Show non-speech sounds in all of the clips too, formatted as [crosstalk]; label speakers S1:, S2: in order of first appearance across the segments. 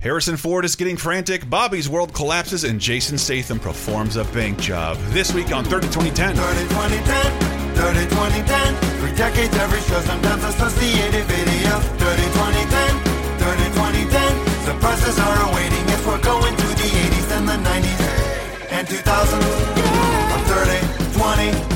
S1: Harrison Ford is getting frantic, Bobby's world collapses, and Jason Statham performs a bank job. This week on 30 2010.
S2: 30, 20, 10, 30, 20, 10. Three decades, every show, sometimes associated video. 30, 20, 10, 30, 20, 10. Surprises are awaiting if we're going to the 80s and the 90s and 2000s. I'm 30, 20, 10.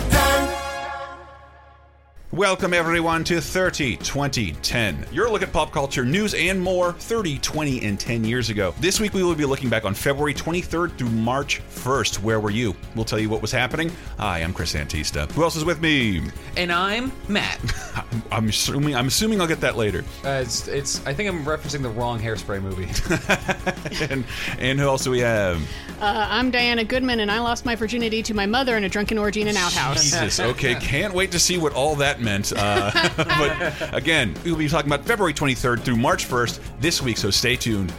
S1: Welcome everyone to 30 20 10. Your look at pop culture news and more 30, 20 and 10 years ago. This week we will be looking back on February 23rd through March 1st. Where were you? We'll tell you what was happening. Hi, I'm Chris Antista. Who else is with me?
S3: And I'm Matt.
S1: I'm, I'm assuming I'm assuming I'll get that later.
S3: [laughs]
S1: [laughs]
S3: Uh, it's, it's. I think I'm referencing the wrong hairspray movie. [laughs]
S1: And and who else do we have?
S4: Uh, I'm Diana Goodman, and I lost my virginity to my mother in a drunken orgy in an
S1: [laughs]
S4: outhouse.
S1: Jesus. Okay, can't wait to see what all that meant. Uh, [laughs] but again, we'll be talking about February 23rd through March 1st this week, so stay tuned.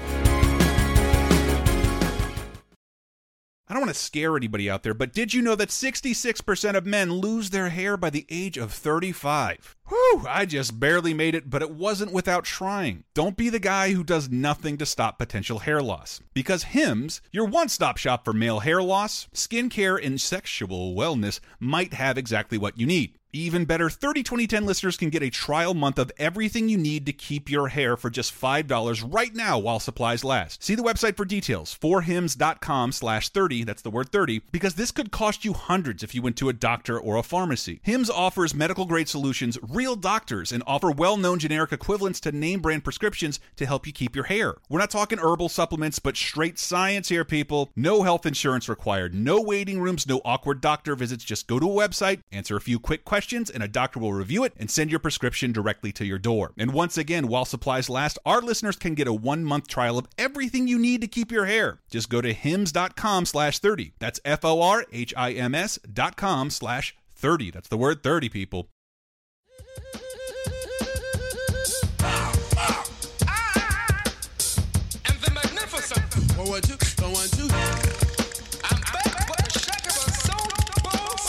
S1: I don't want to scare anybody out there, but did you know that 66% of men lose their hair by the age of 35? Whew, I just barely made it, but it wasn't without trying. Don't be the guy who does nothing to stop potential hair loss. Because Hims, your one stop shop for male hair loss, skincare, and sexual wellness, might have exactly what you need. Even better, 30 2010 listeners can get a trial month of everything you need to keep your hair for just $5 right now while supplies last. See the website for details, forhims.com slash 30, that's the word 30, because this could cost you hundreds if you went to a doctor or a pharmacy. Hims offers medical grade solutions, real doctors, and offer well known generic equivalents to name brand prescriptions to help you keep your hair. We're not talking herbal supplements, but straight science here, people. No health insurance required, no waiting rooms, no awkward doctor visits. Just go to a website, answer a few quick questions, and a doctor will review it and send your prescription directly to your door. And once again, while supplies last, our listeners can get a one month trial of everything you need to keep your hair. Just go to hims.com slash 30. That's F O R H I M S dot com slash 30. That's the word 30, people.
S5: And the magnificent. One, one, two, one, one, two. I'm back, but unshakable, so bold,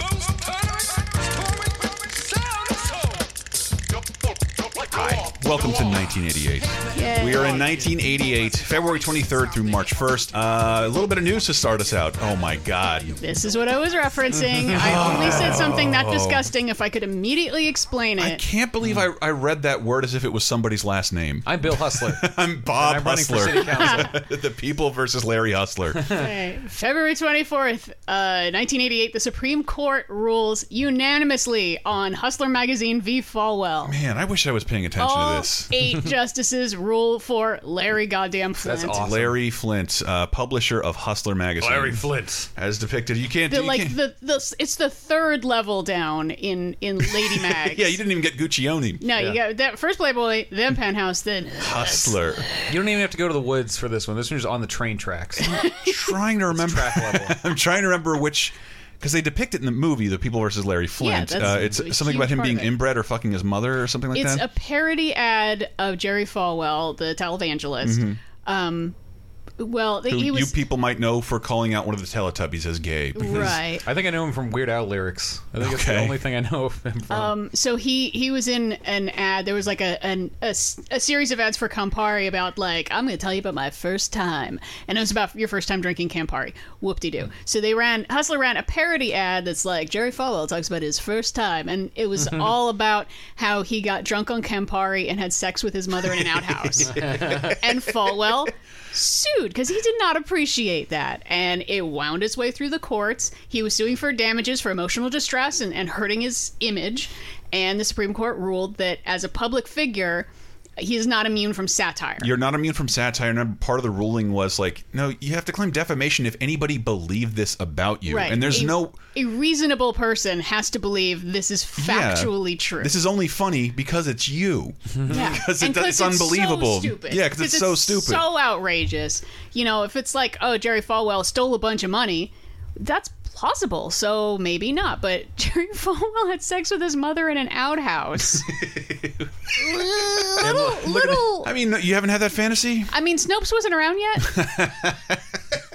S5: most thunderous, pouring, sound soul.
S1: Hi, welcome to 1988.
S4: Yay.
S1: We are in 1988, February 23rd through March 1st. Uh, a little bit of news to start us out. Oh my God.
S4: This is what I was referencing. I only said something that disgusting if I could immediately explain
S1: Oh. I
S4: it.
S1: can't believe I, I read that word as if it was somebody's last name.
S3: I'm Bill
S1: [laughs]
S3: Hustler.
S1: I'm Bob
S3: I'm running for city
S1: Hustler.
S3: council.
S1: [laughs] the people versus Larry
S3: [laughs]
S1: Hustler.
S4: Okay. February 24th, uh, 1988, the Supreme Court rules unanimously on Hustler magazine v. Falwell.
S1: Man, I wish I was paying attention to
S4: All
S1: this. [laughs]
S4: eight justices rule for Larry Goddamn Flint.
S3: That's awesome.
S1: Larry Flint, uh, publisher of Hustler magazine.
S6: Flint.
S1: As depicted, you can't.
S4: The,
S1: you
S4: like
S1: can't-
S4: the, the it's the third level down in in Lady
S1: [laughs]
S4: Mag.
S1: yeah, you didn't even get Guccione.
S4: No, you got that first Playboy, then Penthouse, then [laughs]
S1: Hustler.
S3: You don't even have to go to the woods for this one. This one's on the
S1: [laughs]
S3: train tracks.
S1: trying to remember.
S3: track level.
S1: I'm trying to remember which. Because they depict it in the movie, The People versus Larry Flint.
S4: that's
S1: uh,
S4: a
S1: it's something
S4: huge
S1: about him
S4: part
S1: being
S4: of it.
S1: inbred or fucking his mother or something like
S4: It's a
S1: that.
S4: parody ad of Jerry Falwell, the televangelist. Um, well, the,
S1: Mm-hmm. Who
S4: he
S1: you
S4: was
S1: people might know for calling out one of the Teletubbies as gay. because-
S4: right.
S3: I think I know him from Weird Al lyrics. I think it's the
S1: Okay.
S3: only thing I know of him from.
S4: Um, so he he was in an ad. There was like a an, a, s- a series of ads for Campari about like I'm going to tell you about my first time, and it was about your first time drinking Campari. Whoop de
S1: Mm-hmm.
S4: doo. So they ran Hustler ran a parody ad that's like Jerry Falwell talks about his first time, and
S1: [laughs]
S4: it was all about how he got drunk on Campari and had sex with his mother in
S1: [laughs]
S4: an outhouse, and Falwell sued because he did not appreciate that and it wound its way through the courts he was suing for damages for emotional distress and, and hurting his image and the supreme court ruled that as a public figure he is not immune from satire
S1: You're not immune from satire. And part of the ruling was like, no, you have to claim defamation if anybody believed this about you.
S4: right
S1: And there's
S4: a,
S1: no.
S4: a reasonable person has to believe this is
S1: yeah,
S4: factually true
S1: This is only funny because it's [laughs] you.
S4: Yeah.
S1: Because
S4: And
S1: it- it's
S4: so
S1: unbelievable.
S4: stupid.
S1: Yeah, 'cause it's so stupid.
S4: So outrageous. You know, if it's like, oh, Jerry Falwell stole a bunch of money, that's plausible. So maybe not. But [laughs] Jerry Falwell had sex with his mother in an
S1: [laughs]
S4: outhouse. little, little.
S1: I mean, you haven't had that fantasy?
S4: I mean, Snopes wasn't around yet.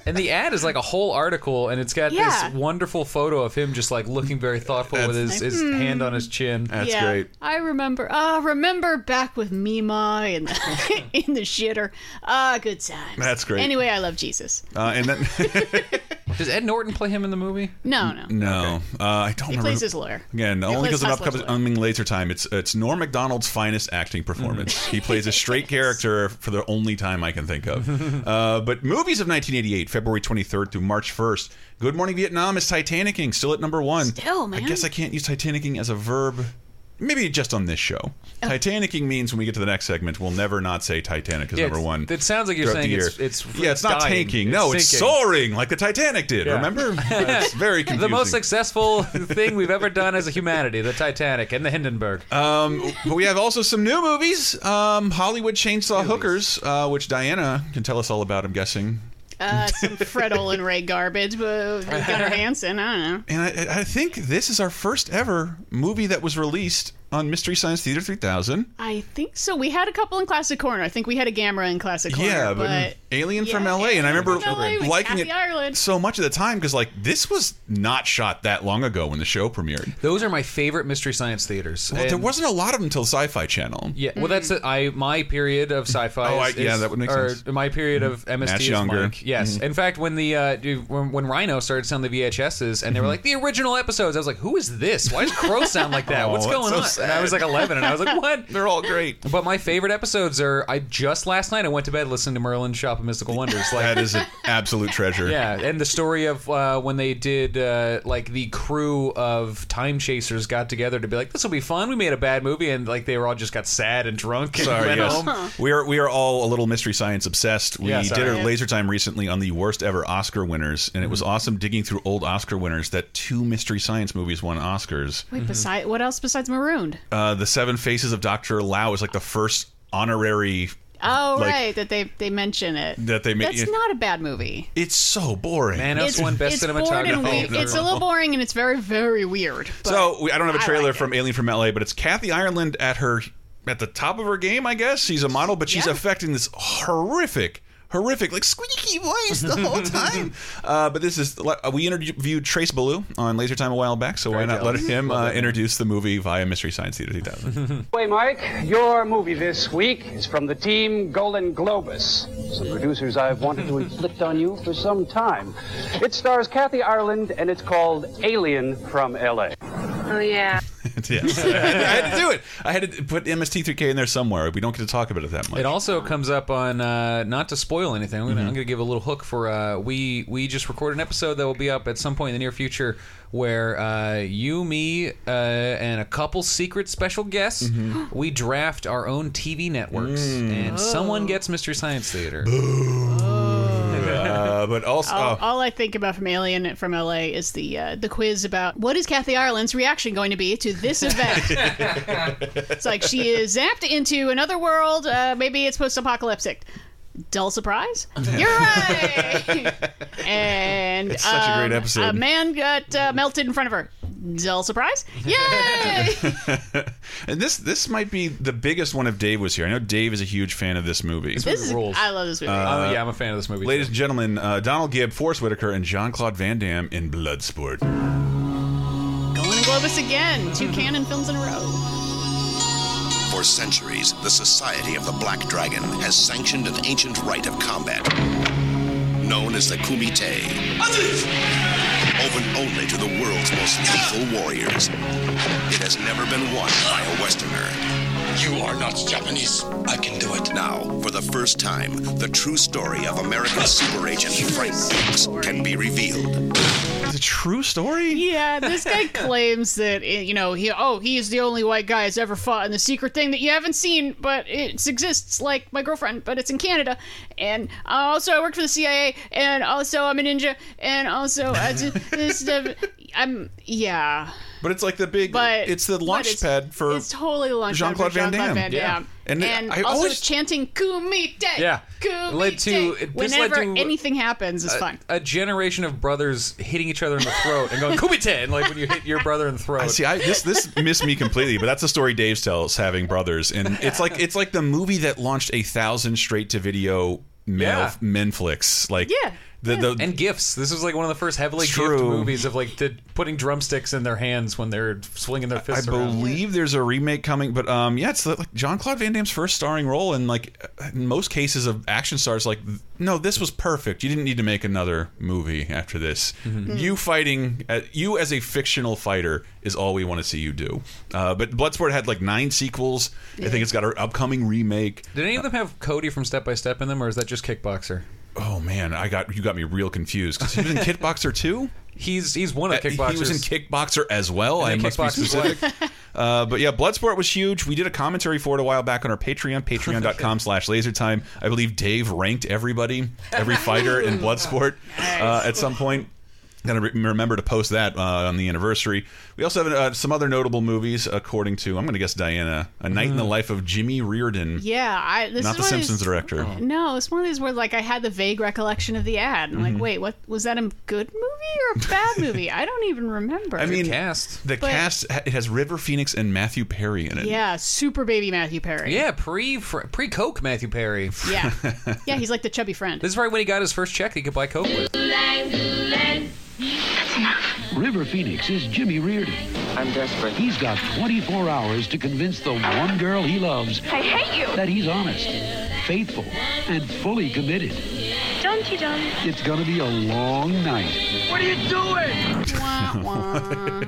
S3: And the ad is like a whole article, and it's got
S4: Yeah.
S3: this wonderful photo of him just like looking very thoughtful with his, his hand on his
S1: [laughs]
S3: chin.
S1: That's
S4: yeah,
S1: great.
S4: I remember. Ah, remember back with Mima in the [laughs] in the shitter. Ah, good times.
S1: That's great.
S4: Anyway, I love Jesus.
S1: Uh, and then
S3: Does Ed Norton play him in the movie?
S4: No, no.
S1: [laughs] no, uh, I don't
S4: He
S1: remember.
S4: plays
S1: who-
S4: his lawyer.
S1: Again, only because
S4: plays
S1: of
S4: Hustler's
S1: upcoming
S4: lawyer.
S1: upcoming later time. It's it's Norm Macdonald's finest acting performance.
S4: Mm-hmm.
S1: He plays a
S4: [laughs]
S1: straight character for the only time I can think of. uh, but movies of 1988, February 23rd through March 1st. Good Morning Vietnam is Titanicing, still at number one.
S4: Still, man.
S1: I guess I can't use Titanicing as a verb. Maybe just on this show.
S4: Oh.
S1: Titanicing means when we get to the next segment, we'll never not say Titanic is
S3: Yeah,
S1: number
S3: it's-
S1: one.
S3: it sounds like you're
S1: throughout the
S3: saying
S1: year.
S3: it's- it's-
S1: yeah, it's not
S3: dying.
S1: tanking.
S3: It's
S1: No, it's
S3: sinking.
S1: soaring like the Titanic did.
S3: Yeah. [laughs]
S1: Remember? It's very confusing.
S3: The most successful thing we've ever done as a humanity, the Titanic and the Hindenburg.
S1: Um, but we have also some new movies. Um, Hollywood Chainsaw Hookers, uh, which Diana can tell us all about. I'm guessing.
S4: Uh, some Fred Olin Ray garbage, but Gunnar Hansen. I don't know.
S1: And I, I think this is our first ever movie that was released on Mystery Science Theater 3000.
S4: I think so. We had a couple in Classic Corner. I think we had a Gamera in Classic Corner.
S1: yeah, but,
S4: but
S1: Alien
S4: yeah,
S1: from LA, and I
S4: Alien
S1: remember
S4: from LA with
S1: liking
S4: Kathy
S1: it
S4: Ireland.
S1: so much at the time because like this was not shot that long ago when the show premiered.
S3: Those are my favorite Mystery Science theaters.
S1: Well,
S3: And-
S1: there wasn't a lot of them until Sci-Fi Channel.
S3: Yeah, well, that's it. I my period of sci-fi.
S1: Oh, I-
S3: is,
S1: yeah,
S3: is-
S1: that would make
S3: or
S1: sense. Mm-hmm.
S3: My period of MST
S1: Matt's
S3: is
S1: younger. Mm-hmm.
S3: Mike. Yes, in fact, when the uh, dude, when, when Rhino started selling the VHSs and they were
S1: Mm-hmm.
S3: like the original episodes, I was like, who is this? Why does Crow sound like
S1: [laughs]
S3: that?
S1: Oh,
S3: What's
S1: that's
S3: going
S1: so
S3: on? And I was like 11, and I was like,
S1: [laughs]
S3: what?
S1: They're all great.
S3: But my favorite episodes are I just last night I went to bed listening to Merlin Shop of Mystical Wonders. Like
S1: That is an absolute treasure.
S3: yeah, and the story of uh, when they did uh, like the crew of time chasers got together to be like, this will be fun. We made a bad movie, and like they were all just got sad and drunk and
S1: Sorry,
S3: went
S1: yes.
S3: home.
S1: We are we are all a little mystery science obsessed. We
S3: Yeah,
S1: did
S3: sorry.
S1: our
S3: Yeah.
S1: laser time recently on the worst ever Oscar winners, and it
S3: Mm-hmm.
S1: was awesome digging through old Oscar winners that two mystery science movies won Oscars.
S4: wait, beside what else besides Marooned?
S1: mm-hmm. Uh, the Seven Faces of Doctor Lau is like the first honorary
S4: oh,
S1: like-
S4: right, that they they mention it.
S1: that they made.
S4: That's not a bad movie.
S1: it's so boring.
S3: Manos
S4: It's,
S3: won best Oh,
S4: it's bored and
S3: cinematography.
S4: weird. It's a little boring and it's very very weird. But
S1: so we, I don't have a
S4: I
S1: trailer
S4: like it.
S1: from Alien from LA, but it's Kathy Ireland at her at the top of her game. I guess she's a model, but she's
S4: Yeah.
S1: affecting this horrific. Horrific, like squeaky voice the
S4: [laughs]
S1: whole time. uh, but this is we interviewed Trace Ballou on Laser Time a while back, so why not let him uh, introduce the movie via Mystery Science Theater 2000?
S6: Hey, Mike, your movie this week is from the team Golden Globus. Some producers I've wanted to inflict on you for some time. It stars Kathy Ireland and it's called Alien from LA.
S7: Oh, yeah.
S1: [laughs] yes, I, had to do it. I had to put MST3K in there somewhere. We don't get to talk about it that much.
S3: It also comes up on uh, not to spoil anything. I'm
S1: Mm-hmm.
S3: gonna, I'm gonna give a little hook for uh, we we just recorded an episode that will be up at some point in the near future where uh, you, me, uh, and a couple secret special guests
S1: Mm-hmm.
S3: we draft our own TV networks
S1: Mm.
S3: and
S4: Oh.
S3: someone gets Mystery Science Theater.
S1: uh, but
S4: [laughs]
S1: also,
S4: All,
S1: oh,
S4: all I think about from Alien from LA is the uh, the quiz about what is Kathy Ireland's reaction going to be
S1: [laughs]
S4: to this event. it's like she is zapped into another world. Uh, maybe it's post-apocalyptic. Dull surprise. You're right.
S1: [laughs]
S4: and
S1: It's such a great
S4: um,
S1: episode.
S4: A man got uh, melted in front of her.
S1: [laughs]
S4: Dull surprise. Yay!
S1: and this this might be the biggest one if Dave was here. I know Dave is a huge fan of this movie.
S4: this is.
S3: Rules.
S4: I love this movie.
S1: Uh,
S3: Oh, yeah, I'm a fan of this movie.
S1: Ladies
S3: too.
S1: and gentlemen, uh, Donald Gibb, Forrest Whitaker, and Jean Claude Van Damme in Bloodsport.
S4: Golden Globus again. Two canon films in a row.
S8: For centuries, the Society of the Black Dragon has sanctioned an ancient rite of combat known as the Kumite, open only to the world's most lethal warriors. It has never been won by a Westerner. You are not Japanese. I can do it. Now, for the first time, the true story of American super agent Frank Dukes can be revealed.
S1: It's a true story?
S4: Yeah, this guy claims that eh, you know he oh he is the only white guy who's ever fought in the secret thing that you haven't seen, but it exists like my girlfriend, but it's in Canada, and also I worked for the CIA, and also I'm a ninja, and also I just, this uh, I'm yeah,
S1: But it's like the big,
S4: but
S1: it's the
S4: but
S1: launch
S4: it's-
S1: pad for
S4: it's totally the launch pad
S1: Jean-Claude
S4: for
S1: Van
S4: Jean-Claude
S1: Damme.
S4: Van
S3: Yeah.
S4: Damme.
S1: And
S4: and,
S1: I
S4: also
S1: always-
S4: chanting Kumite,
S3: Yeah.
S4: Kumite.
S3: Led to- it- this led
S4: whenever
S3: to-
S4: anything happens, it's fun.
S3: a generation of brothers hitting each other in the throat and going kumite, and like when you hit your brother in the throat.
S1: I see. I, this
S4: [laughs]
S1: this missed me completely, but that's the story Dave tells having brothers, and it's like it's like the movie that launched a thousand straight to video male
S3: Yeah.
S1: men flicks. Like
S4: Yeah.
S1: The, the,
S3: and gifts. This is like one of the first heavily gift
S1: True.
S3: movies of like the, putting drumsticks in their hands when they're swinging their
S1: I
S3: fists around.
S1: believe there's a remake coming, but um, yeah, it's like John Claude Van Damme's first starring role, and like in most cases of action stars, like no, this was perfect. You didn't need to make another movie after this.
S3: Mm-hmm.
S1: You fighting, uh, you as a fictional fighter is all we want to see you do. Uh, but Bloodsport had like nine sequels. I think it's got an upcoming remake.
S3: Did any of them have Cody from Step by Step in them, or is that just Kickboxer?
S1: Oh man, I got you got me real confused because he
S3: [laughs]
S1: was in Kickboxer too.
S3: He's he's one of the Kickboxers.
S1: Uh, He was in Kickboxer as well. I
S3: And
S1: must be
S3: Kickboxer as well.
S1: specific. uh, but yeah, Bloodsport was huge. We did a commentary for it a while back on our Patreon, patreon.com
S3: [laughs]
S1: slash lasertime. I believe Dave ranked everybody, every fighter in
S3: [laughs]
S1: Bloodsport uh, at some point. Gotta re- remember to post that uh, on the anniversary. We also have uh, some other notable movies, according to, I'm going to guess Diana, A Night in the
S3: Mm.
S1: Life of Jimmy Reardon.
S4: Yeah, I, this
S1: Not
S4: is
S1: the
S4: one of
S1: Simpsons
S4: these-
S1: director.
S4: No, it's one of these where like I had the vague recollection of the ad. And I'm like, wait, what was that? A good movie or a bad movie? I don't even remember.
S1: I mean,
S3: cast.
S1: the
S4: But-
S1: cast, it has River Phoenix and Matthew Perry in it.
S4: yeah, super baby Matthew Perry.
S3: Yeah, pre pre Coke Matthew Perry.
S1: [laughs]
S3: This
S4: yeah, yeah. He's like the chubby friend.
S3: is right when he got his first check. He could buy Coke with.
S7: River Phoenix is Jimmy Reardon.
S9: I'm desperate.
S7: He's got 24 hours to convince the one girl he loves
S10: I hate you.
S7: that he's honest, faithful, and fully committed.
S10: Don't you, John?
S7: It's gonna be a long night.
S1: [laughs]
S4: Wah, wah.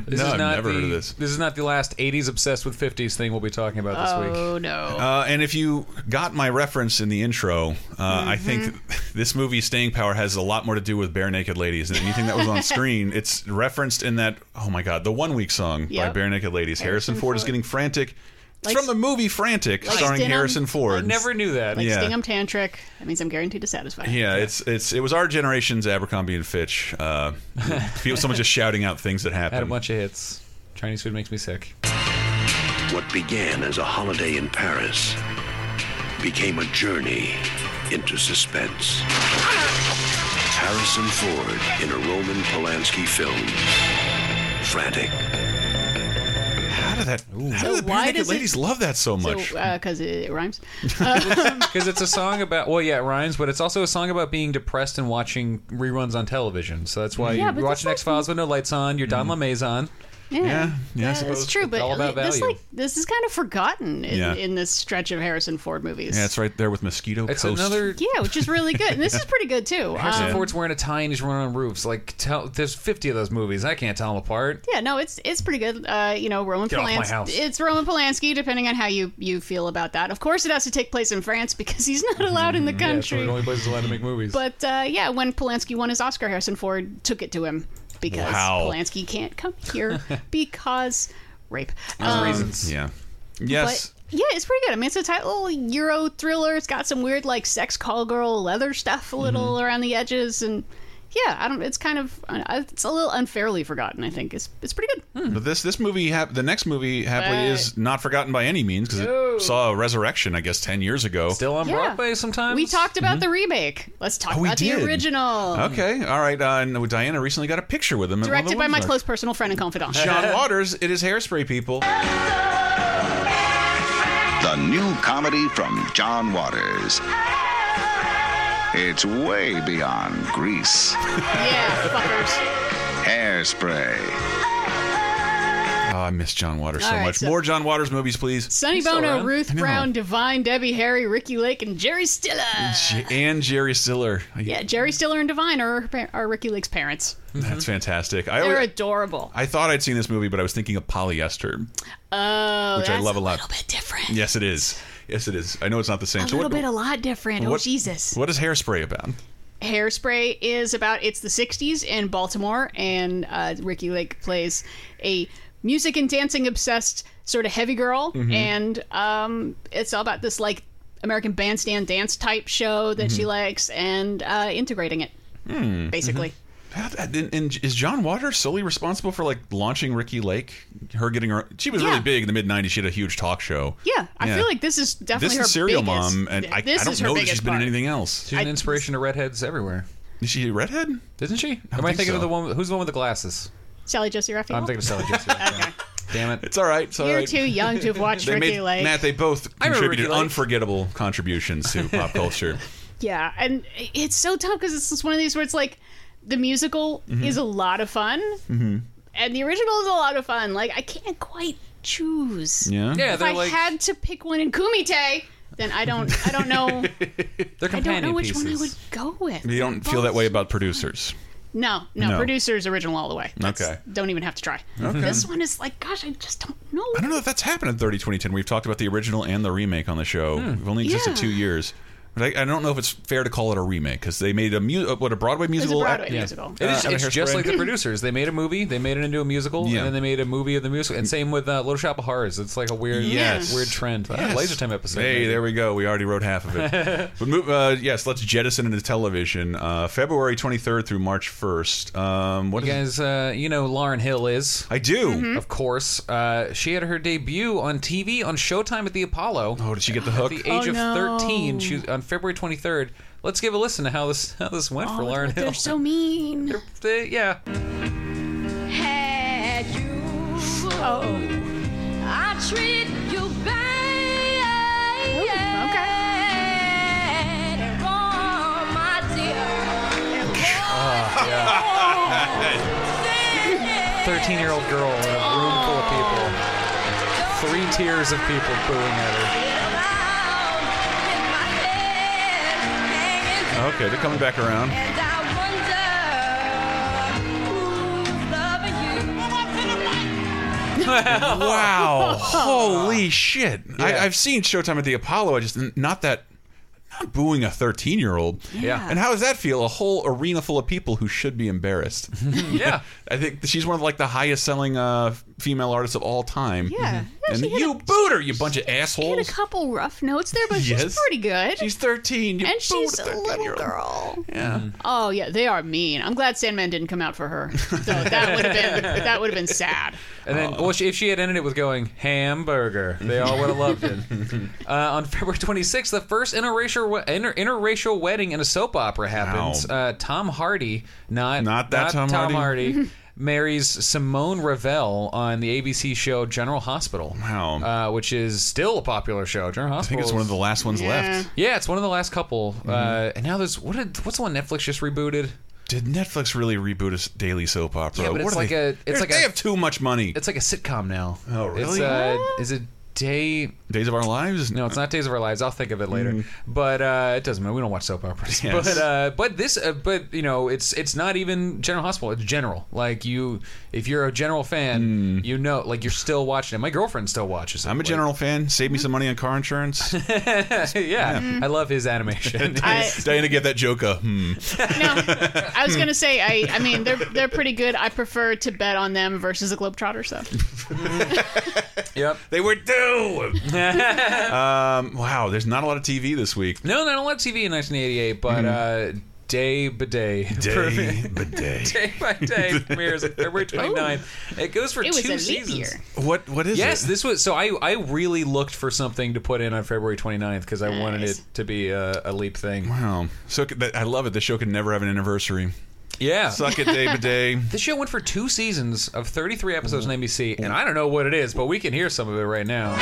S3: This
S1: No,
S3: is
S1: I've
S3: not
S1: never
S3: the,
S1: heard of this.
S3: is not the last '80s obsessed with '50s thing we'll be talking about this week.
S4: oh no.
S1: Uh, and if you got my reference in the intro, uh, I
S4: Mm-hmm.
S1: think this movie "Staying Power" has a lot more to do with bare naked ladies than anything that was on
S4: [laughs]
S1: screen. It's referenced in that oh my god, the one week song by
S4: Yep.
S1: bare naked ladies. Harrison, Ford, is getting frantic. It's
S4: Like-
S1: from the movie Frantic, starring
S4: Stinum.
S1: Harrison Ford.
S3: I never knew that.
S4: like
S1: yeah.
S4: Stingham tantric. That means I'm guaranteed to satisfy. him.
S1: Yeah, it's it's it was our generation's Abercrombie and Fitch.
S4: [laughs]
S1: Uh, people, someone just shouting out things that
S3: Had a
S1: happened.
S3: bunch of hits. Chinese food makes me sick. [laughs]
S11: What began as a holiday in Paris became a journey into suspense. Harrison Ford in a Roman Polanski film, Frantic.
S1: How did that? How
S4: So
S1: did the bare
S4: why
S1: naked
S4: does it-
S1: ladies love that so
S4: So,
S1: much?
S4: because it rhymes.
S1: [laughs]
S4: Uh,
S3: Because it's a song about well, yeah, it rhymes, but it's also a song about being depressed and watching reruns on television. So that's why
S4: Yeah, but
S3: you're
S4: this
S3: watching
S4: has-
S3: X Files with no lights on. You're
S1: Mm-hmm.
S3: Don LeMaison.
S4: Yeah,
S1: yeah, yeah, I
S4: that's
S1: suppose.
S4: true. But
S3: all about
S4: this,
S3: value.
S4: like, this is kind of forgotten in,
S1: Yeah.
S4: in this stretch of Harrison Ford movies.
S1: yeah, it's right there with Mosquito
S3: It's
S1: Coast.
S3: another
S4: Yeah, which is really good. And this is pretty good too.
S3: Harrison
S4: Um,
S3: Ford's wearing a tie and he's running on roofs. Like, tell there's 50 of those movies. I can't tell them apart.
S4: yeah, no, it's it's pretty good. Uh, you know, Roman
S3: Get off my
S4: Polanski.
S3: house.
S4: It's Roman Polanski, depending on how you you feel about that. Of course, it has to take place in France because he's
S3: Mm-hmm.
S4: not allowed in the country.
S3: only places allowed to make movies.
S4: but uh, yeah, when Polanski won his Oscar, Harrison Ford took it to him because
S1: Wow.
S4: Polanski can't come
S3: [laughs]
S4: here because rape. Um,
S3: reasons.
S1: Yeah. Yes.
S4: But yeah, it's pretty good. I mean, it's a tight little Euro thriller. It's got some weird like sex call girl leather stuff a little
S3: Mm-hmm.
S4: around the edges, and yeah, I don't. It's kind of uh, it's a little unfairly forgotten. I think it's it's pretty good.
S1: But this this movie, hap the next movie, happily
S4: Right.
S1: is not forgotten by any means because
S4: No.
S1: it saw a resurrection, I guess, ten years ago.
S3: Still on
S4: Yeah.
S3: Broadway sometimes.
S4: We talked about the remake. Let's talk
S1: Mm-hmm. Oh, we
S4: about
S1: did.
S4: the original.
S1: Okay, all right. Uh, and Diana recently got a picture with him. at one of the
S4: Directed by my
S1: Windsor.
S4: close personal friend and confidant.
S1: John Waters. It is hairspray people.
S8: The new comedy from John Waters. It's way beyond grease.
S4: yeah, fuckers.
S8: Hairspray.
S1: Oh, I miss John Waters so
S4: All right,
S1: much.
S4: so-
S1: More John Waters movies, please.
S4: Sonny
S3: still
S4: Bono,
S3: around?
S4: Ruth
S1: know.
S4: Brown, Divine, Debbie Harry, Ricky Lake, and Jerry Stiller.
S1: J- and Jerry Stiller. I-
S4: yeah, Jerry Stiller and Divine are, her par- are Ricky Lake's parents.
S1: that's fantastic. I
S4: They're
S1: always,
S4: adorable.
S1: I thought I'd seen this movie, but I was thinking of polyester,
S4: Oh,
S1: which I
S4: that's
S1: love a lot.
S4: little bit different.
S1: Yes, it is. Yes, it is. I know it's not the same.
S4: a
S1: so
S4: little
S1: what,
S4: bit, a lot different. oh
S1: what-
S4: Jesus!
S1: What is hairspray about?
S4: Hairspray is about it's the '60s in Baltimore, and uh, Ricky Lake plays a music and dancing obsessed sort of heavy girl,
S1: Mm-hmm.
S4: and um, it's all about this like American Bandstand dance type show that
S1: Mm-hmm.
S4: she likes and uh, integrating it,
S1: Hmm.
S4: basically.
S1: Mm-hmm. How- And, uh, and is John Waters solely responsible for like launching Ricky Lake? Her getting her, she was really
S4: Yeah.
S1: big in the mid '90s. She had a huge talk show.
S4: Yeah, I
S1: Yeah.
S4: feel like this is definitely
S1: This
S4: her
S1: is Serial
S4: biggest-
S1: Mom, and I, I
S4: this is
S1: don't
S4: her
S1: know that
S4: biggest
S1: she's been in
S4: part.
S1: anything else.
S3: She's an
S4: I-
S3: inspiration to redheads everywhere.
S1: Is she a redhead?
S3: Isn't she? Am I
S1: think
S3: thinking
S1: so.
S3: of the one? Who's the one with the glasses?
S4: Sally Jesse Raphael.
S3: I'm thinking of Sally Jesse.
S4: [laughs] Okay.
S3: Damn it.
S1: It's all right. It's all
S4: You're
S1: right.
S4: too young to have watched
S1: They
S4: Ricky
S1: made,
S4: Lake.
S1: Matt, they both
S3: remember Ricky
S1: contributed
S3: Lake.
S4: [laughs]
S1: unforgettable contributions to pop culture.
S4: Yeah, and it's so tough because it's just one of these where it's like the musical
S1: Mm-hmm.
S4: is a lot of fun, and the original is a lot of fun. Like I can't quite choose.
S1: Yeah.
S3: Yeah,
S4: If
S3: they're
S4: I
S3: like
S4: had to pick one in Kumite, then I don't. I don't
S3: [laughs]
S4: know.
S3: they're
S4: I
S3: companion
S4: don't know which
S3: pieces.
S4: one I would go with.
S1: You don't feel that way about producers.
S4: No, no,
S1: No.
S4: Producers original all the way. That's-
S1: Okay.
S4: Don't even have to try. This one is like, gosh, I just don't know.
S1: I don't know if that's happened in 30 2010. We've talked about the original and the remake on the show. We've only existed
S4: Yeah.
S1: two years. But I, I don't know if it's fair to call it a remake because they made a mu- uh, what a Broadway
S4: It was
S1: musical.
S4: a Broadway
S1: Uh,
S4: musical.
S1: Uh,
S3: It is,
S1: and a
S3: it's just
S1: Hairspray.
S3: like the producers. They made a movie, they made it into a musical,
S1: Yeah.
S3: and then they made a movie of the musical. And same with uh, Little Shop of Horrors. It's like a weird,
S1: Yes.
S3: weird trend. Uh,
S1: Yes.
S3: Laser Time episode.
S1: Hey,
S3: maybe.
S1: there we go. We already wrote half of it.
S3: [laughs]
S1: but move, uh, yes, let's jettison into television. Uh, February 23rd through March 1st. Um, what
S3: You
S1: is-
S3: guys, uh, you know Lauren Hill is.
S1: I do.
S4: Mm-hmm.
S3: Of course, uh, she had her debut on TV on Showtime at the Apollo.
S1: Oh, did she get the hook?
S3: At the age
S4: Oh,
S3: of
S4: no.
S3: thirteen, she was- on February twenty third. Let's give a listen to how this [laughs] how this went for
S4: Oh,
S3: Lauren
S4: they're
S3: Hill.
S4: so mean.
S3: [laughs] They- yeah,
S9: Had you,
S4: Oh,
S9: I treat you bad.
S4: Ooh,
S9: Wrong, my dear.
S3: Ah, [laughs] thirteen year old girl in a room full of people. Three tiers of people booing at her.
S1: Okay, they're coming back
S4: [laughs]
S1: around.
S9: And I wonder who's loving you.
S1: Wow! Holy shit! I, I've seen Showtime at the Apollo. I just n- not that not booing a thirteen-year-old.
S3: Yeah.
S1: And how does that feel? A whole arena full of people who should be
S3: [laughs]
S1: embarrassed.
S3: Yeah,
S1: I think she's one of like the highest-selling uh, female artists of all time.
S3: Mm-hmm.
S4: Yeah. Mhm. Yeah,
S1: And
S4: she had
S1: you
S4: a-
S1: boot her, you bunch of
S4: had a
S1: assholes.
S4: couple rough notes there, but
S1: Yes.
S4: she's pretty good.
S1: She's thirteen. You
S4: and
S1: booed
S4: she's a little
S1: thirteen-year-old.
S4: girl.
S1: Yeah.
S4: Oh yeah, they are mean. I'm glad Sandman didn't come out for her. So that would have
S1: [laughs]
S4: been that would have been sad.
S3: And then, well, she, if she had ended it with going hamburger, they all would have
S1: [laughs]
S3: loved it. uh, on February 26th, the first interracial we- inter- interracial wedding in a soap opera happens.
S1: Wow.
S3: Uh, Tom Hardy, not
S1: Not that Tom Hardy. [laughs]
S3: marries Simone Ravel on the ABC show General Hospital.
S1: Wow.
S3: uh, which is still a popular show. General
S1: I
S3: Hospital.
S1: think it's one of the Mm-hmm. last ones left.
S3: Yeah, it's one of the last couple. Uh, and now there's what? Did, what's the one Netflix just rebooted?
S1: Did Netflix really reboot a s- daily soap opera?
S3: Yeah, but
S1: What
S3: it's
S1: are
S3: like
S1: they-
S3: a- it's
S1: they're-
S3: like
S1: they
S3: a-
S1: have too much money.
S3: It's like a sitcom now.
S1: Oh,
S3: It's,
S1: really?
S3: uh, is it day?
S1: Days of Our Lives.
S3: No, it's not Days of Our Lives. I'll think of it later. But uh, it doesn't matter. We don't watch soap operas.
S1: Mm-hmm. Yes.
S3: But uh, but this uh, but you know it's it's not even General Hospital. It's General. Like you, if you're a General fan, you know, like you're still watching it. My girlfriend still watches it.
S1: Mm. I'm a
S3: Like, [laughs]
S1: general fan. Save me some money on car insurance.
S3: yeah, I love
S1: [laughs]
S3: his animation.
S4: I,
S1: Diana, get that joke a hmm.
S4: no, I was gonna say I. I
S1: [laughs]
S4: mean, they're they're pretty good. I prefer to bet on them versus the
S1: [laughs]
S4: Globetrotters, though.
S3: yep.
S1: They were
S3: [laughs]
S1: due. um, wow, there's not a lot of TV this week.
S3: No, not a lot of TV in 1988, but uh, day by day.
S1: Mm-hmm. Day by day.
S3: [laughs] Day
S1: [laughs]
S3: by day premieres on February 29th. It goes for
S4: It was
S3: two
S4: a leap
S3: seasons.
S4: year.
S1: What what is
S3: Yes,
S1: it?
S3: this was so I I really looked for something to put in on February 29th because I wanted
S4: Nice.
S3: it to be a, a leap thing.
S1: wow. So c- that- I love it. The show could never have an anniversary.
S3: Yeah.
S1: Suck it day by
S3: [laughs]
S1: day.
S3: this show went for two seasons of 33 episodes on NBC, and I don't know what it is, but we can hear some of it right now.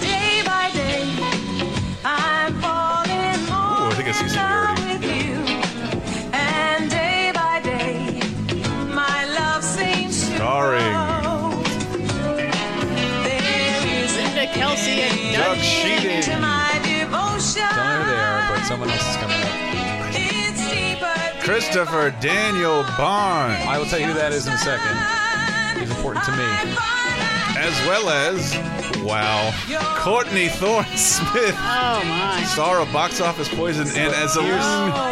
S9: Day by day, I'm falling more
S1: Ooh, I think I see
S9: in
S1: some
S9: love
S1: rarity.
S9: with you. And day by day, my love seems to
S1: Starring
S9: grow. There is an
S4: Linda Kelsey and Doug.
S1: Doug Sheeting.
S9: end to my
S3: I don't know who they are,
S9: devotion.
S3: but someone else is coming up.
S9: It's deeper than
S1: Christopher Daniel Barnes,
S3: I will tell you who that is in a second. He's important to me.
S9: me.
S1: as well as wow, Courtney Thorne [laughs] Smith,
S4: Oh my!
S1: star of Box Office Poison, and as a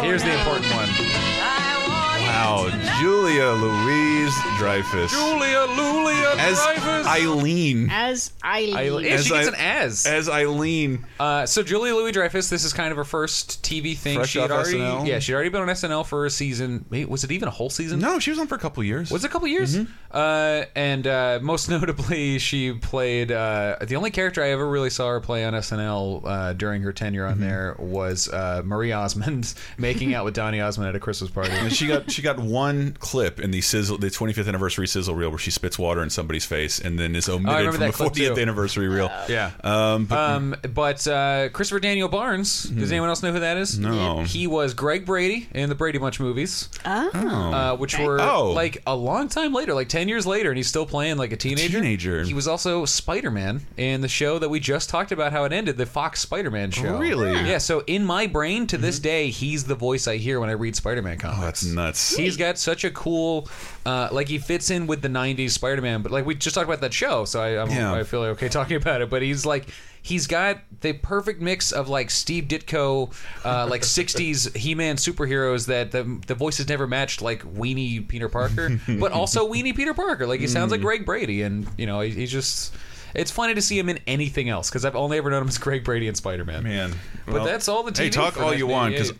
S3: Here's the important one.
S1: wow, Julia Louise Dreyfus
S3: Julia Lulia
S1: as Eileen.
S4: As Eileen.
S3: I, yeah,
S1: As
S3: she gets
S1: I-
S3: an as.
S1: As Eileen.
S3: Uh, so Julia Louis Dreyfus, this is kind of her first TV thing.
S1: Fresh
S3: she'd
S1: off
S3: already,
S1: SNL.
S3: yeah, she'd already been on SNL for a season. Wait, was it even a whole season?
S1: No, she was on for a couple of years.
S3: Was it a couple years?
S1: Mm-hmm.
S3: Uh, and uh, most [laughs] notably, she played uh, the only character I ever really saw her play on SNL uh, during her
S1: Mm-hmm. [laughs]
S3: [laughs] tenure on there was uh, Marie Osmond making out with Donny Osmond at a Christmas party.
S1: She got she got one clip in the sizzle, the 25th anniversary sizzle reel, where she spits water in somebody's face and then is omitted
S3: Oh, remember
S1: from
S3: that
S1: the
S3: clip,
S1: 40th
S3: too.
S1: anniversary reel.
S3: Yeah.
S1: Um, but- Mm-hmm.
S3: Um, but uh, Christopher Daniel Barnes. Does anyone else know who that is?
S1: No.
S3: He was Greg Brady in the Brady Bunch movies, uh, which were
S1: Oh.
S3: like a long time later, like ten years later, and he's still playing like a teenager.
S1: Teenager.
S3: He was also Spider Man in the show that we just talked about, how it ended, the Fox Spider Man show.
S1: Really? Mm-hmm.
S3: Yeah. So in my brain to this day, he's the voice I hear when I read Spider Man comics.
S1: Oh, that's nuts.
S3: He's got such a cool, uh, like he fits in with the '90s Spider-Man. But like we just talked about that show, so I I'm,
S1: Yeah.
S3: I feel like okay [laughs] talking about it. But he's like he's got the perfect mix of like Steve Ditko, uh,
S1: [laughs]
S3: like '60s He-Man superheroes that the the voices never matched, like Weenie Peter Parker, but
S1: [laughs]
S3: also Weenie Peter Parker.
S1: Mm.
S3: Like he sounds like Greg Brady, and you know he, he's just. It's funny to see him in anything else because I've only ever known him as Greg Brady and Spider-Man.
S1: Man.
S3: But
S1: Well,
S3: that's all the TV
S1: Hey, talk
S3: for
S1: all you want
S3: 1988.
S1: because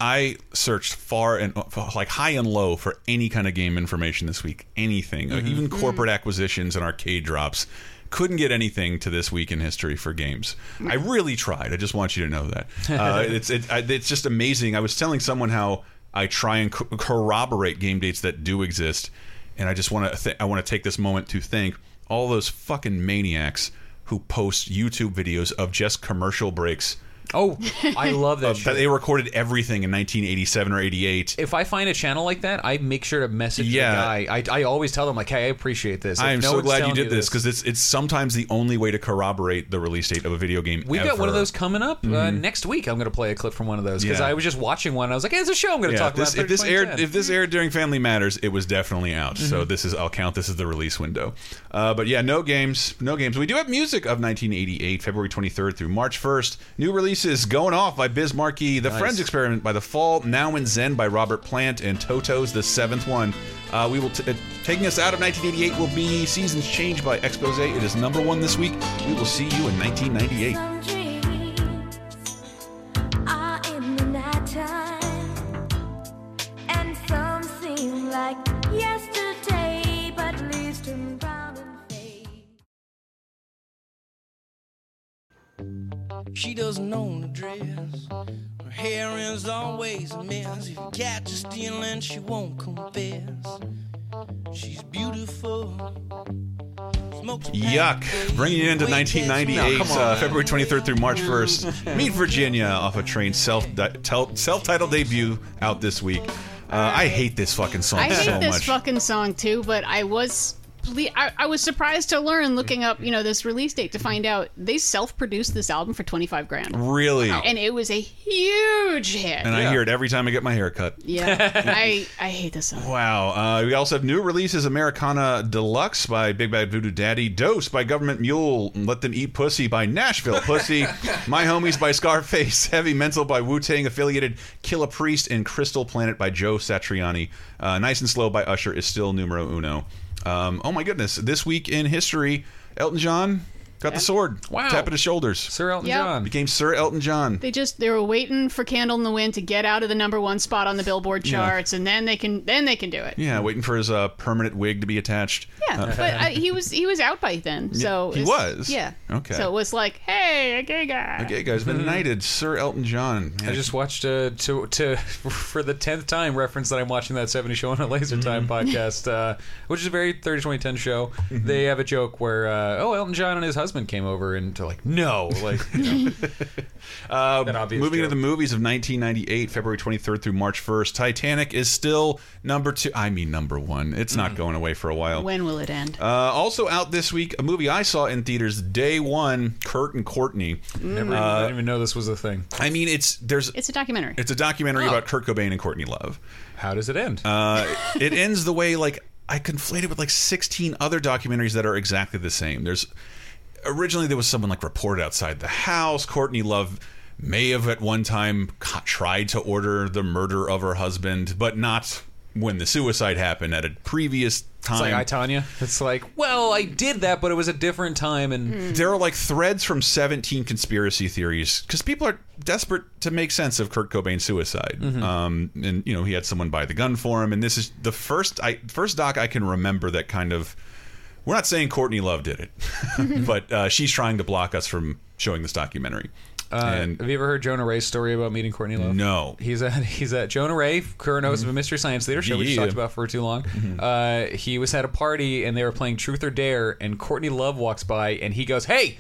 S1: I searched far and uh, like high and low for any kind of game information this week. Anything,
S3: Mm-hmm.
S1: Like, even corporate acquisitions and arcade drops. Couldn't get anything to this week in history for games. I really tried. I just want you to know that
S3: [laughs]
S1: uh, it's it, I, it's just amazing. I was telling someone how I try and co corroborate game dates that do exist, and I just want to th I want to take this moment to thank all those fucking maniacs who post YouTube videos of just commercial breaks
S3: oh, I
S1: [laughs]
S3: love that.
S1: that
S3: show.
S1: they recorded everything in 1987 or 88.
S3: if I find a channel like that, I make sure to message
S1: Yeah.
S3: the guy. I, I always tell them like, "Hey, I appreciate this." If
S1: I am
S3: no
S1: so
S3: one's
S1: glad you
S3: telling
S1: did this because it's it's sometimes the only way to corroborate the release date of a video game.
S3: we got
S1: ever. Mm-hmm.
S3: one of those coming up uh, next week. I'm going to play a clip from one of those because
S1: Yeah.
S3: I was just watching one. And I was like, hey, "It's a show I'm going to
S1: Yeah,
S3: talk
S1: if this,
S3: about."
S1: if this
S3: 30,
S1: aired,
S3: 2010.
S1: if this aired during Family Matters, it was definitely out.
S3: Mm-hmm.
S1: So this is I'll count this as the release window. Uh, but yeah, no games, no games. We do have music of 1988, February 23rd through March 1st. New releases: Going Off by Biz Markie, The Friends Experiment by The Fall, Now and Zen by Robert Plant, and Toto's the seventh one. Uh, we will t uh, taking us out of 1988 will be Seasons Change by Expose. It is number one this week. We will see you in 1998.
S10: Some dreams are in the nighttime, and some seem like yesterday, but leaves turn brown and fade.
S5: She doesn't own a dress. Her hair is always a mess. If you catch her stealing, she won't confess. She's beautiful. Smokes a pack
S1: Yuck.
S5: of days.
S1: Bringing it into
S5: Wait, catch me.
S1: 1998, uh, February 23rd through March 1st. Meet Virginia off a train self self titled debut out this week. Uh, I hate this fucking song
S4: I hate
S1: so
S4: this
S1: much.
S4: fucking song too, but I was ple- I, I was surprised to learn looking up, you know, this release date to find out they self-produced this album for 25 grand.
S1: really.
S4: And it was a huge hit.
S1: And I hear it every time I get my hair cut.
S4: yeah.
S1: [laughs]
S4: I I hate this song.
S1: Wow. Uh, we also have new releases Americana Deluxe by Big Bad Voodoo Daddy, Dose by Government Mule, Let Them Eat Pussy by Nashville
S3: [laughs]
S1: Pussy, My Homies by Scarface, Heavy Mental by Wu Tang affiliated, Kill a Priest, and Crystal Planet by Joe Satriani. Uh, nice and Slow by Usher is still numero uno. Um, oh my goodness. This week in history, Elton John got the sword.
S3: Wow.
S1: Tapping his shoulders.
S3: Sir Elton
S4: Yep.
S3: John.
S1: Became Sir Elton John.
S4: They just they were waiting for Candle in the Wind to get out of the number 1 spot on the Billboard charts and then they can then they can do it.
S1: Yeah, waiting for his uh, permanent wig to be attached.
S4: Yeah, but I, he was he was out by then. So
S1: he
S4: it's-
S1: was?
S4: Yeah.
S1: Okay.
S4: So it was like, hey, a gay guy.
S1: Okay, guys, been knighted, Sir Elton John. Man,
S3: Mm-hmm. I just watched uh, to to [laughs] for the tenth time reference that I'm watching that 70 show on a Laser Time
S1: Mm-hmm.
S3: podcast, uh, which is a very 30 2010 show. They have a joke where uh, oh Elton John and his husband came over and to like no like you know,
S1: [laughs] Uh,
S3: An obvious
S1: moving
S3: joke.
S1: into the movies of 1998, February 23rd through March 1st, Titanic is still number two. I mean, number one. It's not going away for a while.
S4: When will it end?
S1: Uh, also out this week, a movie I saw in theaters day one, Kurt and Courtney. Uh,
S3: never I didn't even know this was a thing.
S1: I mean, it's there's
S4: it's a documentary.
S1: it's a documentary
S3: Oh.
S1: about Kurt Cobain and Courtney Love.
S3: How does it end?
S1: Uh, it ends the way like I conflated with like 16 other documentaries that are exactly the same. There's originally there was someone like reported outside the house. Courtney Love may have at one time co- tried to order the murder of her husband, but not when the suicide happened at a previous time.
S3: It's like I Tanya. It's like, well, I did that, but it was a different time, and
S1: there are like threads from 17 conspiracy theories because people are desperate to make sense of Kurt Cobain's suicide.
S4: Mm-hmm.
S1: Um, and you know he had someone buy the gun for him, and this is the first I first doc I can remember that kind of. We're [laughs]
S4: [laughs]
S1: not saying Courtney Love did it, but uh, she's trying to block us from showing this documentary.
S3: Uh, have you ever heard Jonah Ray's story about meeting Courtney Love?
S1: No. Mm-hmm.
S3: He's at he's at Jonah Ray, current host of a Mystery Science Theater show, which we
S1: Yeah. Mm-hmm.
S3: talked about for too long. Uh, he was at a party and they were playing Truth or Dare, and Courtney Love walks by and he goes, "Hey,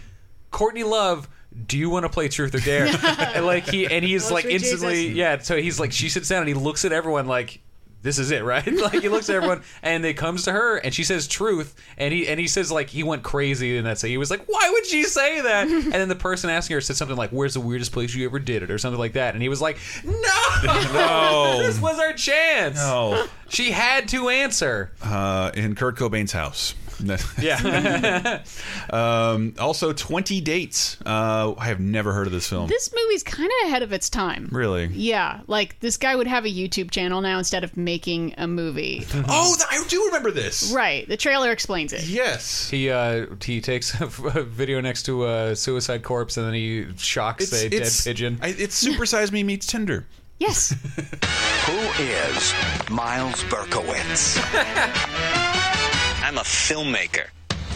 S3: Courtney Love." Do you want to play Truth or Dare? and like he and he's
S12: Well,
S3: like
S12: sweet
S3: instantly,
S12: Jesus.
S3: yeah. So he's like, she sits down and he looks at everyone like, this is it, right? [laughs] like he looks at everyone and it comes to her and she says truth and he and he says like he went crazy and that's it. He was like, Why would she say
S1: [laughs]
S3: that? and then the person asking her said something like, Where's the weirdest place you ever did it or something like that? And he was like, No,
S1: [laughs] No.
S3: [laughs] this was our chance.
S1: No.
S3: She had to
S1: [laughs]
S3: answer.
S1: Uh, in Kurt Cobain's house. [laughs]
S3: Yeah.
S1: um, also, 20 Dates. Uh, I have never heard of this film.
S4: This movie's kind of ahead of its time.
S1: really?
S4: Yeah, like this guy would have a YouTube channel now instead of making
S1: [laughs]
S4: a movie.
S1: Oh, th- I do remember this.
S4: Right, the trailer explains it.
S1: Yes.
S3: [laughs] He uh, he takes [laughs] a video next to a suicide corpse and then he shocks
S1: It's-
S3: a dead
S1: it's-
S3: pigeon.
S1: I, it's Super Size Me meets Tinder. [laughs]
S4: Yes.
S13: Who is Miles Berkowitz? I'm a filmmaker.